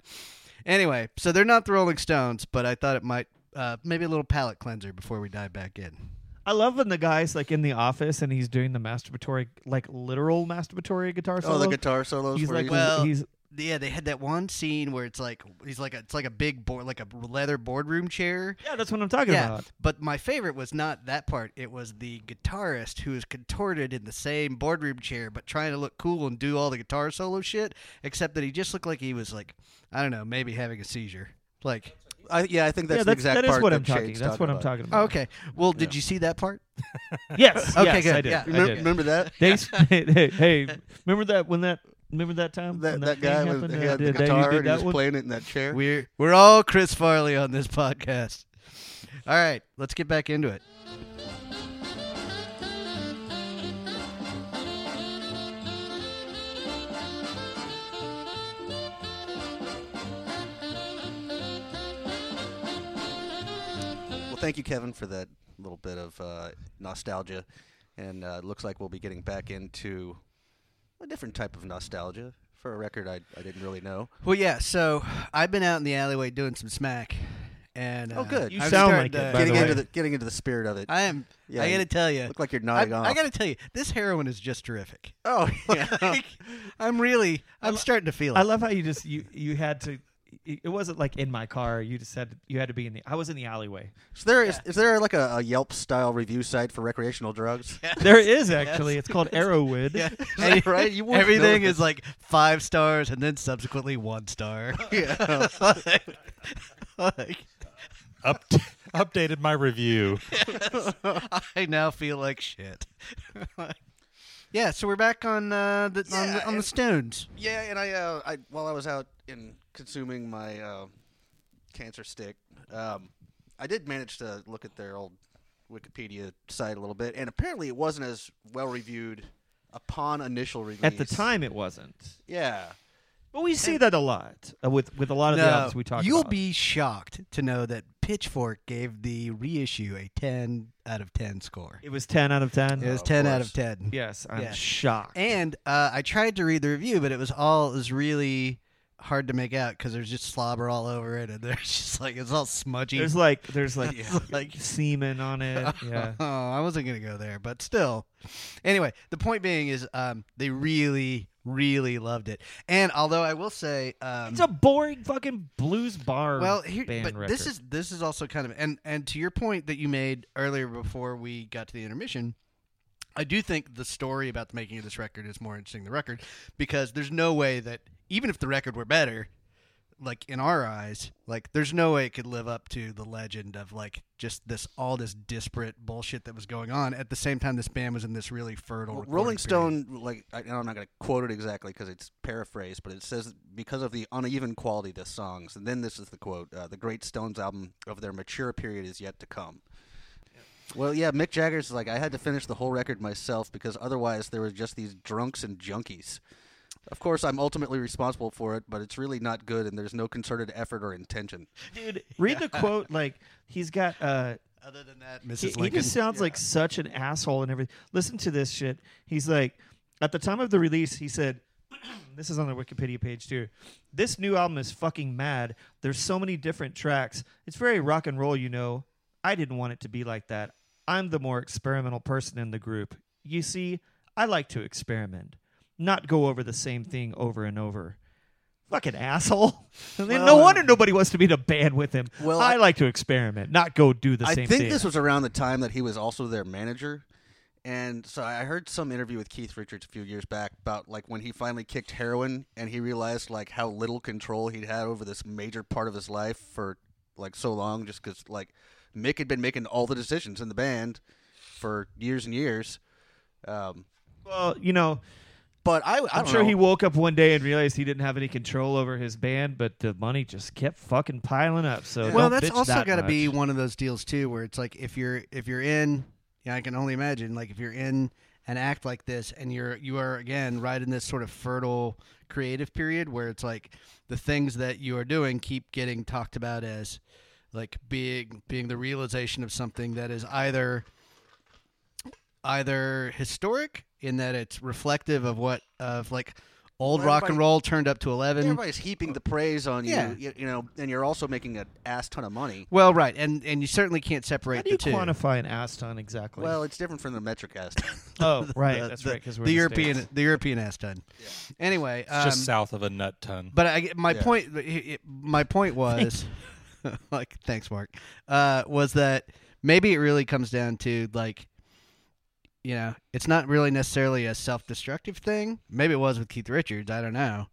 Anyway, so they're not the Rolling Stones, but I thought it might uh, maybe a little palate cleanser before we dive back in. I love when the guy's like in the office and he's doing the masturbatory, like literal masturbatory guitar Oh, solo. the guitar solos. He's were like, easy. Well- he's Yeah, they had that one scene where it's like he's like a, it's like a big board like a leather boardroom chair. yeah, that's what I'm talking yeah, about. but my favorite was not that part. It was the guitarist who is contorted in the same boardroom chair, but trying to look cool and do all the guitar solo shit. Except that he just looked like he was like, I don't know, maybe having a seizure. Like, I, yeah, I think that's, yeah, the that's exact that is part what that I'm talking. Shane's That's what I'm about. talking Oh, about. okay. Well, did you see that part? Yes. Okay, yes, good. I did. Yeah. I Remember, did. remember that? They, hey, hey, remember that when that remember that time That, when that thing guy with happened? he Uh, had the did that- you guitar did and he that was one? playing it in that chair. We're we're all Chris Farley on this podcast. All right, let's get back into it. Well, thank you, Kevin, for that little bit of uh, nostalgia. And uh, it looks like we'll be getting back into a different type of nostalgia for a record I, I didn't really know. Well, yeah. So I've been out in the alleyway doing some smack, and Oh, uh, good. You I'm sound starting like it, to- By getting the into way. the getting into the spirit of it. I am. Yeah, I you gotta tell you, Look like you're I, nodding off. I gotta tell you, this heroin is just terrific. oh, yeah. Like, I'm really, I'm starting to feel it. I love how you just you you had to. It it wasn't like in my car. You just had to, you had to be in the. I was in the alleyway. is there is, is there like a, a Yelp style review site for recreational drugs? There is actually. It's called Arrowwood. Yeah. that right? You wouldn't everything know is like five stars and then subsequently one star. Yeah. like, Up- updated my review. I now feel like shit. yeah, so we're back on uh, the on, Yeah, the, on the and- Stones. Yeah, and I, uh, I while I was out in consuming my uh, cancer stick, um, I did manage to look at their old Wikipedia site a little bit, and apparently it wasn't as well reviewed upon initial release At the time, it wasn't. Yeah, But we see that a lot uh, with with a lot of the albums we talk you'll about. be shocked to know that Pitchfork gave the reissue a ten out of ten score. It was ten out of ten. Oh, It was of ten out course. of ten. Yes, I'm Yeah. shocked. And uh, I tried to read the review, but it was all it was really hard to make out because there's just slobber all over it, and there's just like it's all smudgy. there's like there's like like- semen on it. Yeah. oh, I wasn't gonna go there, but still. Anyway, the point being is, um, they really, really loved it. And although I will say, um, It's a boring fucking blues bar well, here, band but record. this is this is also kind of and and to your point that you made earlier before we got to the intermission. I do think the story about the making of this record is more interesting than the record because there's no way that even if the record were better, like in our eyes, like there's no way it could live up to the legend of like just this all this disparate bullshit that was going on at the same time this band was in this really fertile Well, recording Rolling period. Stone, like I, I'm not going to quote it exactly because it's paraphrased, but it says because of the uneven quality of the songs, and then this is the quote: uh, "The great Stones album of their mature period is yet to come." Well, yeah, Mick Jagger's like I had to finish the whole record myself because otherwise there were just these drunks and junkies. Of course, I'm ultimately responsible for it, but it's really not good, and there's no concerted effort or intention. dude. Read the quote. Like he's got uh Other than that, He, Mrs. he Lincoln. just sounds like such an asshole and everything. Listen to this shit. He's like, at the time of the release, he said, this is on the Wikipedia page too. This new album is fucking mad. There's so many different tracks. It's very rock and roll, you know. I didn't want it to be like that. I'm the more experimental person in the group. You see, I like to experiment, not go over the same thing over and over. Fucking asshole. I mean, no Well, um, wonder nobody wants to be in a band with him. Well, I, I- like to experiment, not go do the I same think thing. this was around the time that he was also their manager. And so I heard some interview with Keith Richards a few years back about like when he finally kicked heroin and he realized like how little control he'd had over this major part of his life for like so long just cuz like Mick had been making all the decisions in the band for years and years. Um, Well, you know, but I, I I'm don't sure know. he woke up one day and realized he didn't have any control over his band, but the money just kept fucking piling up. So well, don't that's bitch also that got to be much. one of those deals too, where it's like if you're if you're in, yeah, I can only imagine like if you're in an act like this and you're you are again right in this sort of fertile creative period where it's like the things that you are doing keep getting talked about as like being being the realization of something that is either either historic in that it's reflective of what of like old Well, rock and everybody- roll turned up to 11 Everybody's heaping the praise on Yeah. you, you, you know, and you're also making an ass ton of money. well right and and you certainly can't separate How do you the two quantify an ass ton exactly? Well, it's different from the metric ass. ton. oh, right, the- that's the, right, because we're the in European States. the European ass ton. Anyway, It's just um, south of a nut ton. but I, my Yeah. point it- my point was like thanks Mark uh, was that maybe it really comes down to like you know it's not really necessarily a self destructive thing. Maybe it was with Keith Richards. I don't know.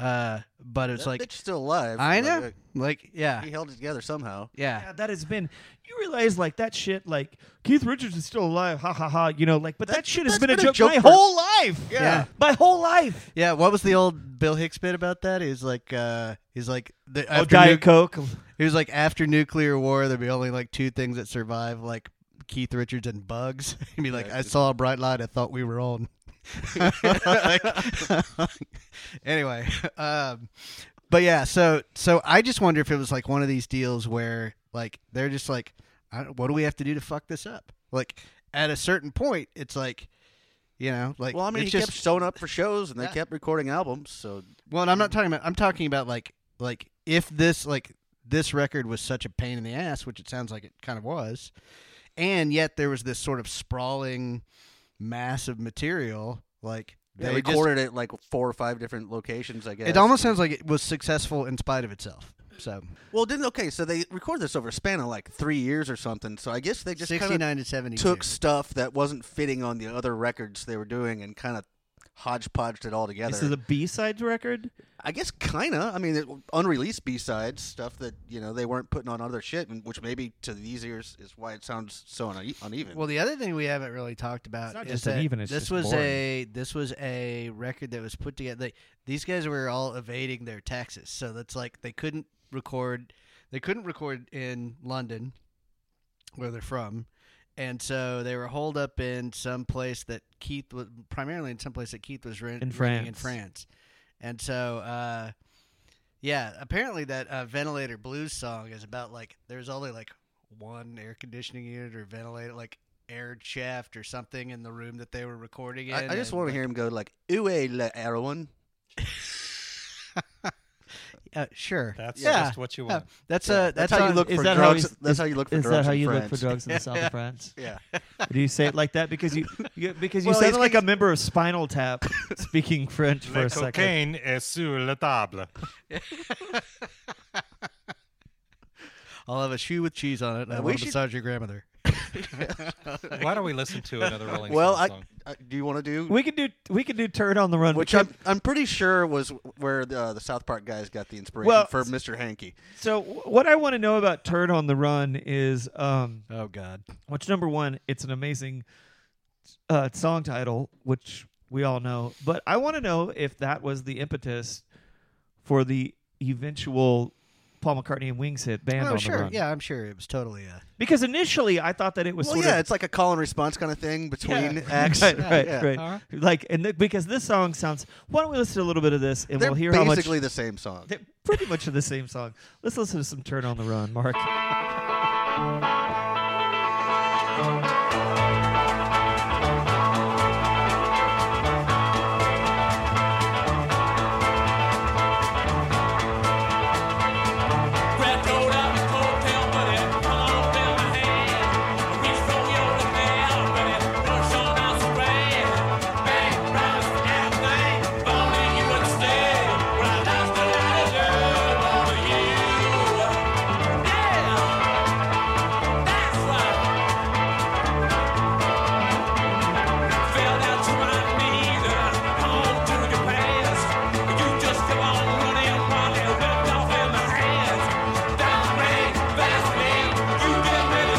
Uh, but it's That like bitch's still alive. I know, Like, like uh, yeah, he held it together somehow. yeah, Yeah, that has been. You realize, like that shit, like Keith Richards is still alive. Ha ha ha. You know, like, but that, That- shit has that's been, a been joke, my for- whole life. Yeah. Yeah. my whole life. yeah. What was the old Bill Hicks bit about that? He's like, uh, he's like the Oh, after Diet nuc- Coke. He was like after nuclear war, there'd be only like two things that survive, like Keith Richards and bugs. He'd be like, I saw a bright light. I thought we were on. anyway, um, but yeah, so so I just wonder if it was like one of these deals where like they're just like, I don't, what do we have to do to fuck this up? Like at a certain point, it's like, you know, like Well, I mean, it's he just kept showing up for shows, and they Yeah. kept recording albums. So well, and I'm not talking about. I'm talking about like like if this like this record was such a pain in the ass, which it sounds like it kind of was, and yet there was this sort of sprawling mass of material. Like they they just- recorded it like four or five different locations. I guess it almost sounds like it was successful in spite of itself. So Well, didn't okay. So they recorded this over a span of like three years or something. So I guess they just kind of 69 to 72. took stuff that wasn't fitting on the other records they were doing and kind of hodgepodged it all together. This is the B side record. I guess kinda. I mean, it, unreleased B sides, stuff that you know they weren't putting on other shit, and which maybe to these ears is why it sounds so une- uneven. Well, the other thing we haven't really talked about It's not is just that uneven, it's this just was boring. a this was a record that was put together. They, these guys were all evading their taxes, so that's like they couldn't record. They couldn't record in London, where they're from, and so they were holed up in some place that Keith was primarily in some place that Keith was rent, In renting in France. France, and so. uh yeah, apparently that uh, ventilator blues song is about like there's only like one air conditioning unit or ventilator like air shaft or something in the room that they were recording in. I, I just and, want to like- hear him go like "Ue la heroin." Uh, sure. That's yeah. just what you want. that's Yeah. uh, that's, That's how you on- look Is for that how drugs. he's- that's is- how you look for Is drugs. that how in you look France. for drugs in the south of France? Yeah. Do you say it like that because you, you because you Well, sound it's like a member of Spinal Tap speaking French for Le a second. cocaine est sur la table. I'll have a shoe with cheese on it. And I We want to should- massage your grandmother. Why don't we listen to another Rolling Well, Stones I, song? I, do you want to do We could do we could do turd on the run, which We I'm, could- I'm pretty sure was where the, uh, the South Park guys got the inspiration Well, for Mr. Hanky. so wh- what I want to know about turd on the run is um Oh God. which number one it's an amazing uh, song title which we all know, but I want to know if that was the impetus for the eventual Paul McCartney and Wings hit band Oh on the sure. run. Yeah, I'm sure it was totally. Uh, Because initially I thought that it was Well, sort yeah, of it's like a call and response kind of thing between acts. right, right, Yeah. right. Alright. Like, and th- because this song sounds. Why don't we listen to a little bit of this, and They're we'll hear how much. basically the same song. They're pretty much the same song. Let's listen to some "Turn on the Run," Mark.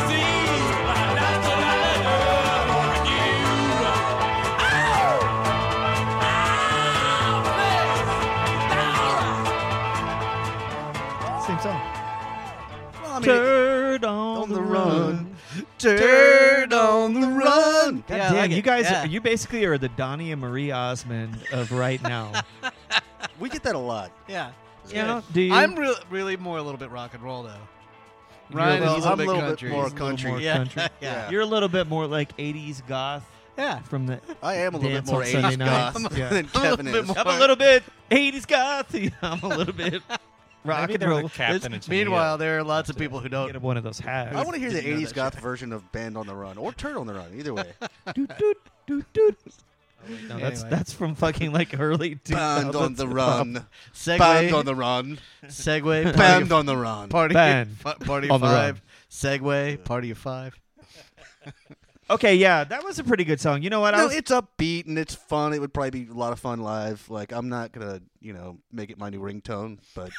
Oh! Same song. Well, I mean, Turn on, on the run. Turd on the run. God Yeah, I damn, like you it. guys, Yeah. you basically are the Donnie and Marie Osmond of right now. we get that a lot. yeah. It's you good. know, do you? I'm real, really more a little bit rock and roll though. You're Ryan a is I'm a little bit country. more He's a little country. more yeah. country. yeah. You're a little bit more like '80s goth Yeah. from the. I am a little Dance bit more on Sunday 80s nights. goth Yeah. than I'm a Kevin little is. bit I'm a little bit '80s goth. Yeah, I'm a little bit rock Maybe and they're roll. the captain and Tennille. Meanwhile, there are lots of people who don't. Get him one of those hats. I want to hear the Didn't know 80s that goth version of Band on the Run or Turn on the Run, either way. Doot, doot, doot, doot. No, that's Anyway. that's from fucking like early 2000s. Band on the Run. Segway. Band on the Run. Segway. Band on the Run. Party. Band Fu- party on the five. run. Segway. Party of five. Okay, yeah, that was a pretty good song. You know what? I No, was, it's upbeat and it's fun. It would probably be a lot of fun live. Like I'm not gonna, you know, make it my new ringtone, but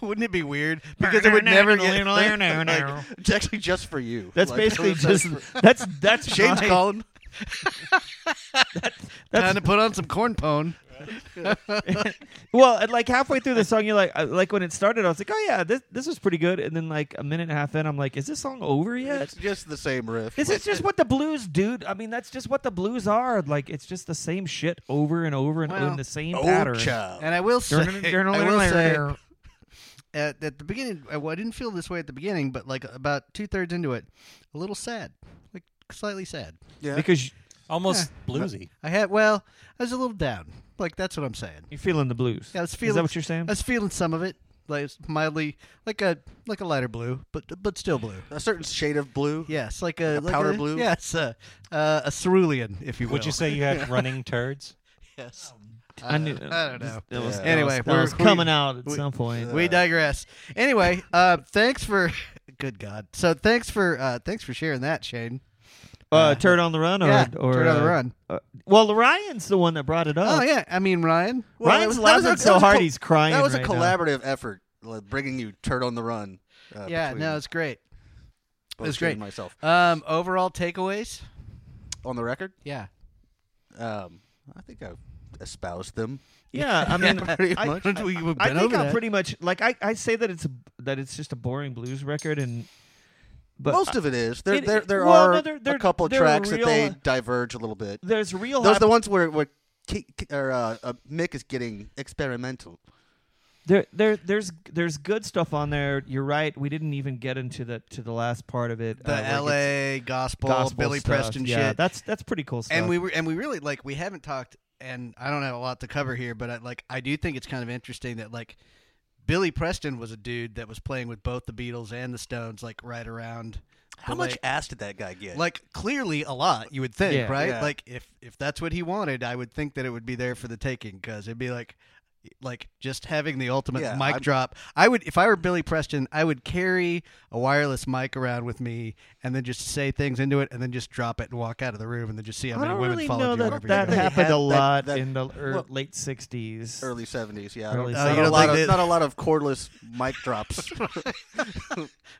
Wouldn't it be weird? Because it would never get. like, it's actually just for you. that's Like, basically it's just like- that's that's Shane's my- calling. Time to put on some corn pone. Well, and like halfway through the song, you're like, I- like when it started, I was like, oh yeah, this this was pretty good. And then like a minute and a half in, I'm like, is this song over yet? It's just the same riff. This is just what the blues, dude. I mean, that's just what the blues are. Like, it's just the same shit over and over and Well, in the same oh, pattern. child. And I will say, I will say at, at the beginning, I, well, I didn't feel this way at the beginning, but like about two thirds into it, a little sad, like slightly sad. Yeah. Because Almost bluesy. I had well, I was a little down. Like that's what I'm saying. you're feeling the blues. I was is that feeling. what you're saying? I was feeling some of it, like it's mildly, like a like a lighter blue, but but still blue. a certain shade of blue. Yes, like a, Like a like powder a- blue? Yes, uh, uh, a cerulean, if you will. Would you say you had running turds? yes? I knew. Uh, I don't know. That was, Yeah. that was, Anyway, that we're- was we- coming out at we- some point. we digress. Anyway, uh, thanks for. Good God! So thanks for uh, thanks for sharing that, Shane. uh, turn on the run, or, yeah, or Turn on the uh, Run. uh, well, Ryan's the one that brought it up. Oh yeah, I mean Ryan. Well, Ryan's that was- that was a- laughing that so was a hard col- he's crying. That was right a now. collaborative effort, like, bringing you "Turd on the Run." Uh, yeah, between no, it's great. both it's you and great. Myself Um, overall takeaways. on the record. Yeah, Um, I think I espoused them. Yeah, I mean, pretty I- much. I- We- we've I been think over I'm that. pretty much like I, I say that it's a, that it's just a boring blues record, and but Most of it is. There, it- there, it- there well, are no, there- there- a couple there are tracks that real- uh, they diverge a little bit. there's real. Those are the hap- ones where, where Ki- Ki- or, uh, uh, Mick is getting experimental. there, there there's there's good stuff on there. You're right. We didn't even get into the to the last part of it. the uh, where it gets L.A. gospel, gospel Billy stuff. Preston yeah, shit. That's that's pretty cool stuff. and we were and we really like we haven't talked, and I don't have a lot to cover here, but I, like I do think it's kind of interesting that like Billy Preston was a dude that was playing with both the Beatles and the Stones, like right around. How the much late- ass did that guy get? Like clearly a lot, you would think, Yeah. right? Yeah. Like if if that's what he wanted, I would think that it would be there for the taking because it'd be like, like just having the ultimate Yeah, mic I'm- drop. I would if I were Billy Preston, I would carry a wireless mic around with me and then just say things into it and then just drop it and walk out of the room and then just see how I many don't women really followed know you that wherever that you go. had- happened a that- lot that- in the er, well, late '60s. early seventies. Yeah, Early not, 70s. a You don't lot think of, that- not a lot of cordless mic drops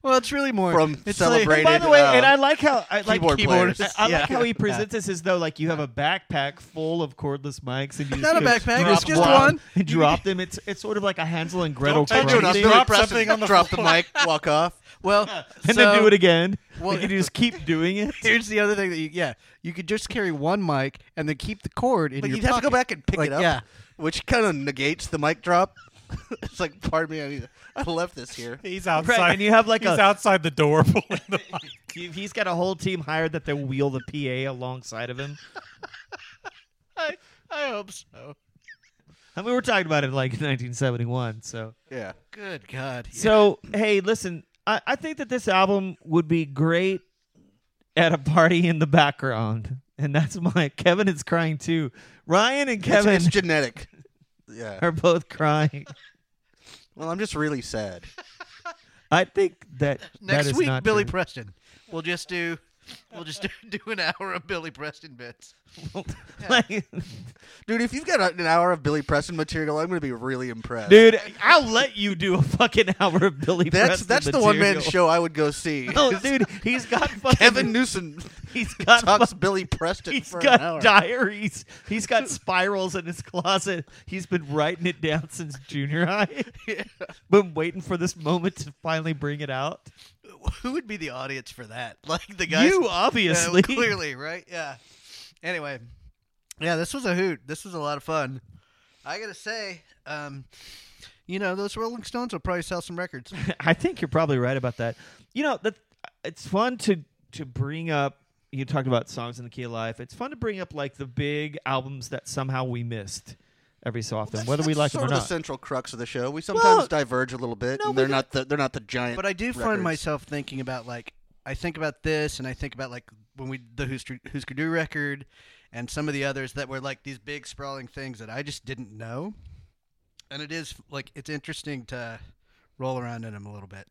Well, it's really more from it's like- celebrated. By the way, uh, and I like how I like keyboard keyboard- players. I like Yeah. how he presents this as though like you have a backpack full of cordless mics and you just Not a backpack, drop it's just one. And drop them. It's it's sort of like a Hansel and Gretel. I touch do it, crime not thing. They Billy drop Preston something on the drop the mic, walk off. well, and then so- do it again. Well- Well, you just keep doing it. Here's the other thing that you yeah you could just carry one mic and then keep the cord in But your you'd have to go pocket. back and pick Like, it up, yeah. which kind of negates the mic drop. it's like, pardon me, I, need, I left this here. He's outside. and you have like he's a- outside the door pulling the mic. He- He's got a whole team hired that they wheel the PA alongside of him. I, I hope so. And we were talking about it like 1971. So. Yeah. Good God. yeah. So hey, listen, I, I think that this album would be great at a party in the background. And that's my Kevin is crying too. Ryan and It's, Kevin it's genetic. Yeah. are both crying. Well, I'm just really sad. I think that Next that is week, not Billy true. Preston. We'll just do, we'll just do, do an hour of Billy Preston bits. Like, Dude, if you've got a- an hour of Billy Preston material, I'm going to be really impressed. dude, I'll let you do a fucking hour of Billy that's Preston that's the one man material. show I would go see. Oh, dude, he's got fucking Kevin Newsom He's got talks fuck- Billy Preston He's for got an hour. diaries. He's got spirals in his closet. He's been writing it down since junior high. Been waiting for this moment to finally bring it out. Who would be the audience for that? Like the guys, you Yeah, obviously. clearly, right? Yeah. Anyway, yeah, this was a hoot. This was a lot of fun. I gotta say, um, you know, those Rolling Stones will probably sell some records. I think you're probably right about that. You know, that uh, it's fun to to bring up you talked about songs in the key of life. It's fun to bring up like the big albums that somehow we missed every so often, That's- whether we that's like them sort or of not. the central crux of the show. We sometimes Well, diverge a little bit, no, and we they're do- not the, they're not the giant. But I do records. find myself thinking about like I think about this, and I think about like when we the Husker, Husker Du record, and some of the others that were like these big sprawling things that I just didn't know. And it is like it's interesting to roll around in them a little bit.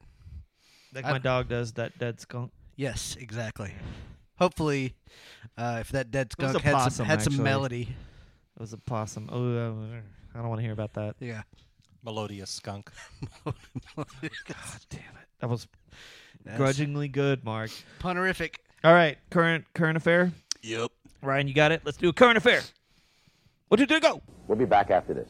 like I- my dog does that dead skunk. Yes, exactly. hopefully, uh, if that dead was a skunk had some possum, had some actually. melody, It was a possum. Oh, uh, I don't want to hear about that. yeah. Melodious skunk. Damn it. That was That's grudgingly good, Mark. Punerific. All right, current current affair. Yep. Ryan, you got it. Let's do a current affair. What did you do? Go. We'll be back after this.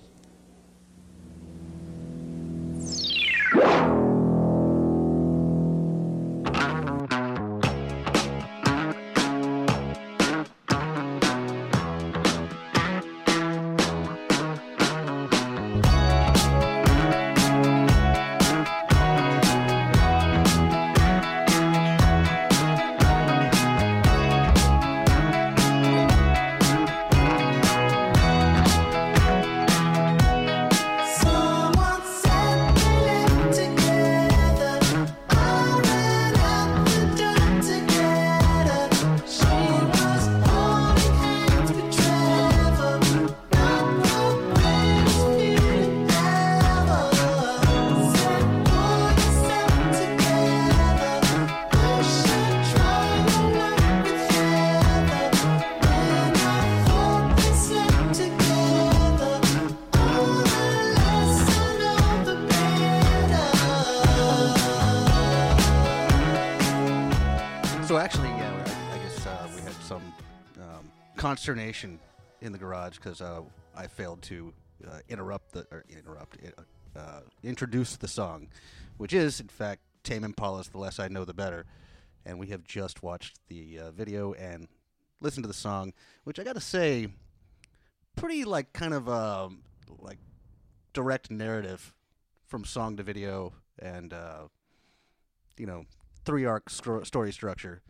Someone said live together. I ran out the door together. She was holding hands with Trevor, not the greatest feeling ever. Said pull yourself together. Wish I'd tried a night with Heather. Then I thought we slept together. So actually, yeah, I, I guess uh, we had some um, consternation in the garage because uh, I failed to uh, interrupt the or interrupt uh, uh, introduce the song, which is in fact Tame Impala's "The Less I Know, the Better," and we have just watched the uh, video and listened to the song, which I gotta say, pretty like kind of um, like direct narrative from song to video and uh, you know three arc stro- story structure.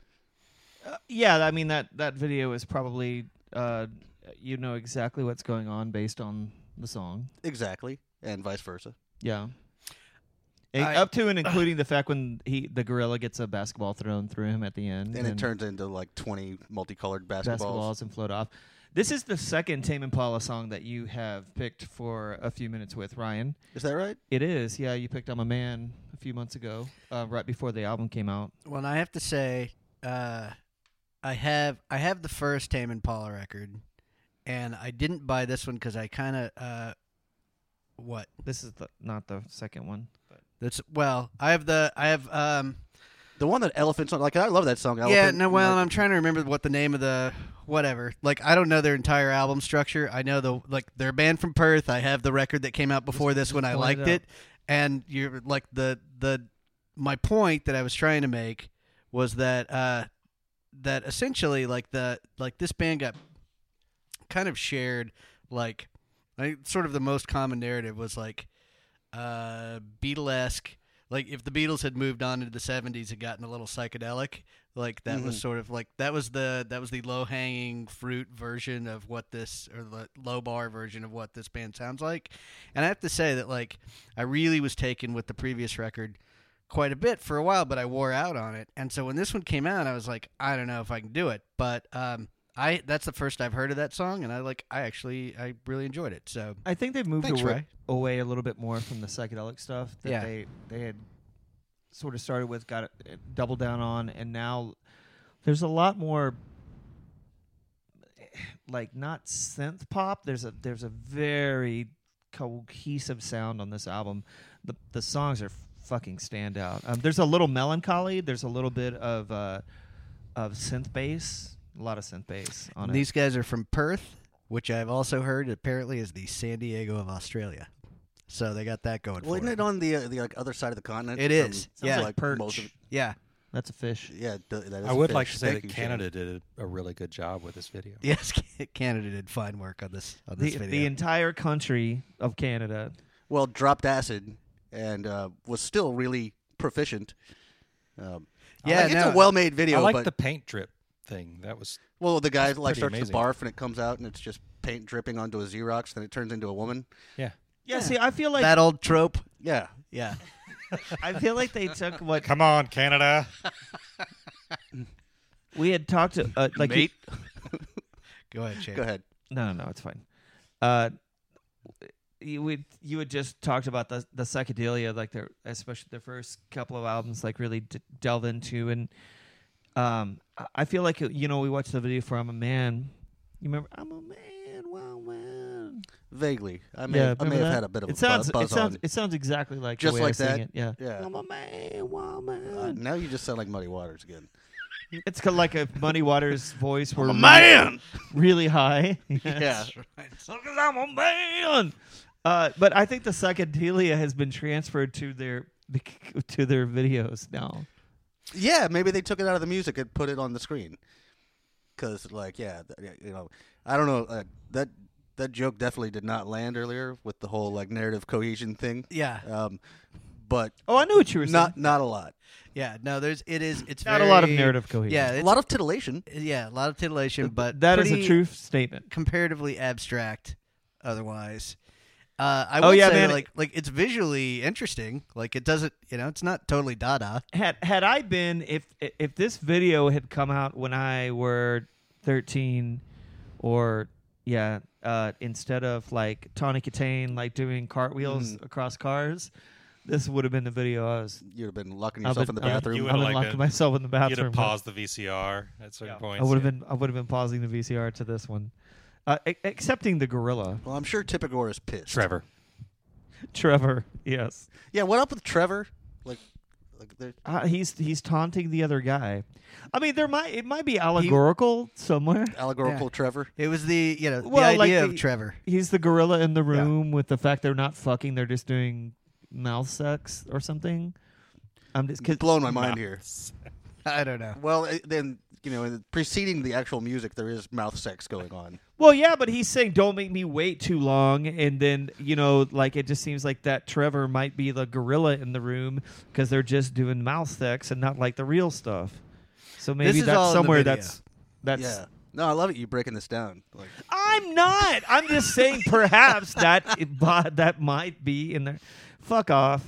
Uh, Yeah, I mean that that video is probably uh, you know exactly what's going on based on the song. Exactly, and vice versa. Yeah. And I- up to and including the fact when he the gorilla gets a basketball thrown through him at the end, And it turns into like 20 multicolored basketballs. basketballs and float off. This is the second Tame Impala song that you have picked for a few minutes with Ryan. Is that right? It is, yeah. You picked "I'm a Man" a few months ago, uh, right before the album came out. Well, and I have to say, uh, I have I have the first Tame Impala record, and I didn't buy this one because I kind of uh, what This is the, not the second one. that's well I have the I have um The one that elephants on. Like, I love that song. yeah Elephant, no well like, I'm trying to remember what the name of the whatever like I don't know their entire album structure I know the like they're band from Perth I have the record that came out before this one I point it liked it and you're like the the my point that I was trying to make was that uh that essentially like the like this band got kind of shared like I sort of the most common narrative was like uh Beatlesque like if the Beatles had moved on into the 70s and gotten a little psychedelic like that was sort of like that was the that was the low hanging fruit version of what this or the low bar version of what this band sounds like and I have to say that like I really was taken with the previous record quite a bit for a while, but I wore out on it. And so when this one came out, I was like, I don't know if I can do it. But um, I that's the first I've heard of that song, and I like I actually I really enjoyed it. So I think they've moved Thanks, away, Ray. away a little bit more from the psychedelic stuff that Yeah. they they had sort of started with, got it, it doubled down on, and now there's a lot more like not synth pop. There's a there's a very cohesive sound on this album. The the songs are fucking standout. Um, there's a little melancholy. There's a little bit of uh, of synth bass. A lot of synth bass on it. these guys are from Perth, which I've also heard apparently is the San Diego of Australia. So they got that going. Well, for isn't it on the, uh, the like other side of the continent? It from- is. from, Yeah. Like Perch. most of- yeah, That's a fish. yeah, th- that is I would fish. like to say Thank that you, Canada did a really good job with this video. yes, Canada did fine work on this on this the, video. the entire country of Canada. Shannon. Well, dropped acid and uh, was still really proficient. Um, Yeah, like, it's no. a well-made video, I like but the paint drip thing. That was well, the guy like pretty starts amazing. to barf and it comes out and it's just paint dripping onto a Xerox, then it turns into a woman. yeah. Yeah, see, I feel like that old trope. Yeah, Yeah, I feel like they took what Come on, Canada. we had talked to, uh, like you- go ahead, Shane. go ahead. no, no, no, it's fine. Uh, you would you had just talked about the the psychedelia, like their especially their first couple of albums, like really d- delve into, and Um, I- I feel like you know we watched the video for "I'm a Man." You remember "I'm a Man, wow man." Vaguely, I may, have, I may remember have that? had a bit of it a bu- sounds, buzz it sounds, on. It sounds exactly like the Just way I like sing that? It. Yeah. Yeah. I'm a man, wow Uh, man. now you just sound like Muddy Waters again. It's kind of like a Muddy Waters voice. Where I'm a we- man! really high. Yeah, Because I'm a man. Uh, but I think the psychedelia has been transferred to their to their videos now. yeah. Maybe they took it out of the music and put it on the screen. Because, like, yeah, th- yeah, you know, I don't know. Uh, that that joke definitely did not land earlier with the whole like narrative cohesion thing. Yeah. Um, but Oh, I knew what you were not saying. not a lot. Yeah, no, there's it is it's Not a lot of very- narrative cohesion. Yeah, A it's, lot of titillation. yeah, a lot of titillation, but that is pretty a true statement. comparatively abstract. Otherwise, uh, I Oh, would yeah, say man. like like it's visually interesting. Like it doesn't, you know, it's not totally Dada. Had had I been if if this video had come out when I were thirteen, or yeah, uh, instead of like Tawny Katane like doing cartwheels Mm. across cars, this would have been the video I was. You'd have been locking I've yourself been- in the I've bathroom. been- You I've would've been liked locking it. myself in the You'd bathroom. have paused the VCR at certain points. I would have yeah. been I would have been pausing the VCR to this one, uh, ac- accepting the gorilla, well, I'm sure Tipigore is pissed. Trevor. Trevor. Yes, Yeah, what up with Trevor? Like, like there- uh, he's he's taunting the other guy. I mean, there might it might be allegorical somewhere. allegorical Yeah. Trevor. It was the you know Well, the like idea the- of Trevor. He's the gorilla in the room with the fact they're not fucking; they're just doing mouth sex or something. I'm just cause, Blowing my mind here. I don't know. Well, it- then you know, in- preceding the actual music, there is mouth sex going on. well, yeah, but he's saying don't make me wait too long, and then you know, like it just seems like that Trevor might be the gorilla in the room because they're just doing mouth sex and not like the real stuff. So maybe is that's all in the somewhere video. that's that's Yeah. No, I love it. You breaking this down. Like, I'm not. I'm just saying perhaps that it- but that might be in there. Fuck off.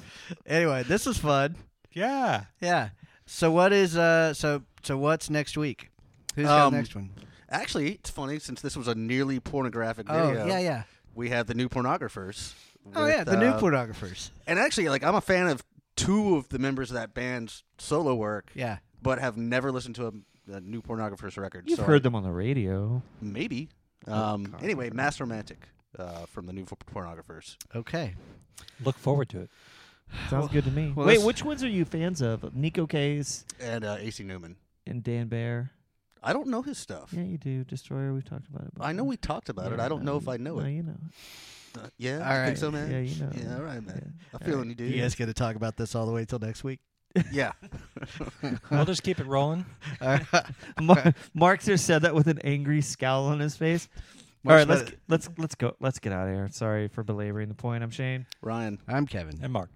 Anyway, this was fun. Yeah. Yeah. So what is uh so so what's next week? Who's got Um, the next one? actually, it's funny since this was a nearly pornographic Oh video. yeah yeah. We have the new pornographers. Oh with, yeah, the new uh, pornographers. And actually, like, I'm a fan of two of the members of that band's solo work. Yeah. But have never listened to a, a new pornographers record. You've so heard them on the radio. Maybe. Oh, Um, anyway, Mass Romantic uh, from the new pornographers. Okay. Look forward to it. Sounds good to me. well, Wait, that's- which ones are you fans of? Nico Case and uh, AC Newman. and Dan Bear. I don't know his stuff. Yeah, you do. Destroyer. We've talked about it. I know we talked about it. I don't know if I know No, it. you know. Uh, yeah, All I right. think so, man. Yeah, you know. Yeah, all right, man. Yeah. I'm feeling you, dude. You guys gonna talk about this all the way till next week? Yeah. We'll just keep it rolling. All right. Mar- Mark just said that with an angry scowl on his face. All right, Mark's let's not- let's let's go. Let's get out of here. Sorry for belaboring the point. I'm Shane. Ryan. I'm Kevin. And Mark.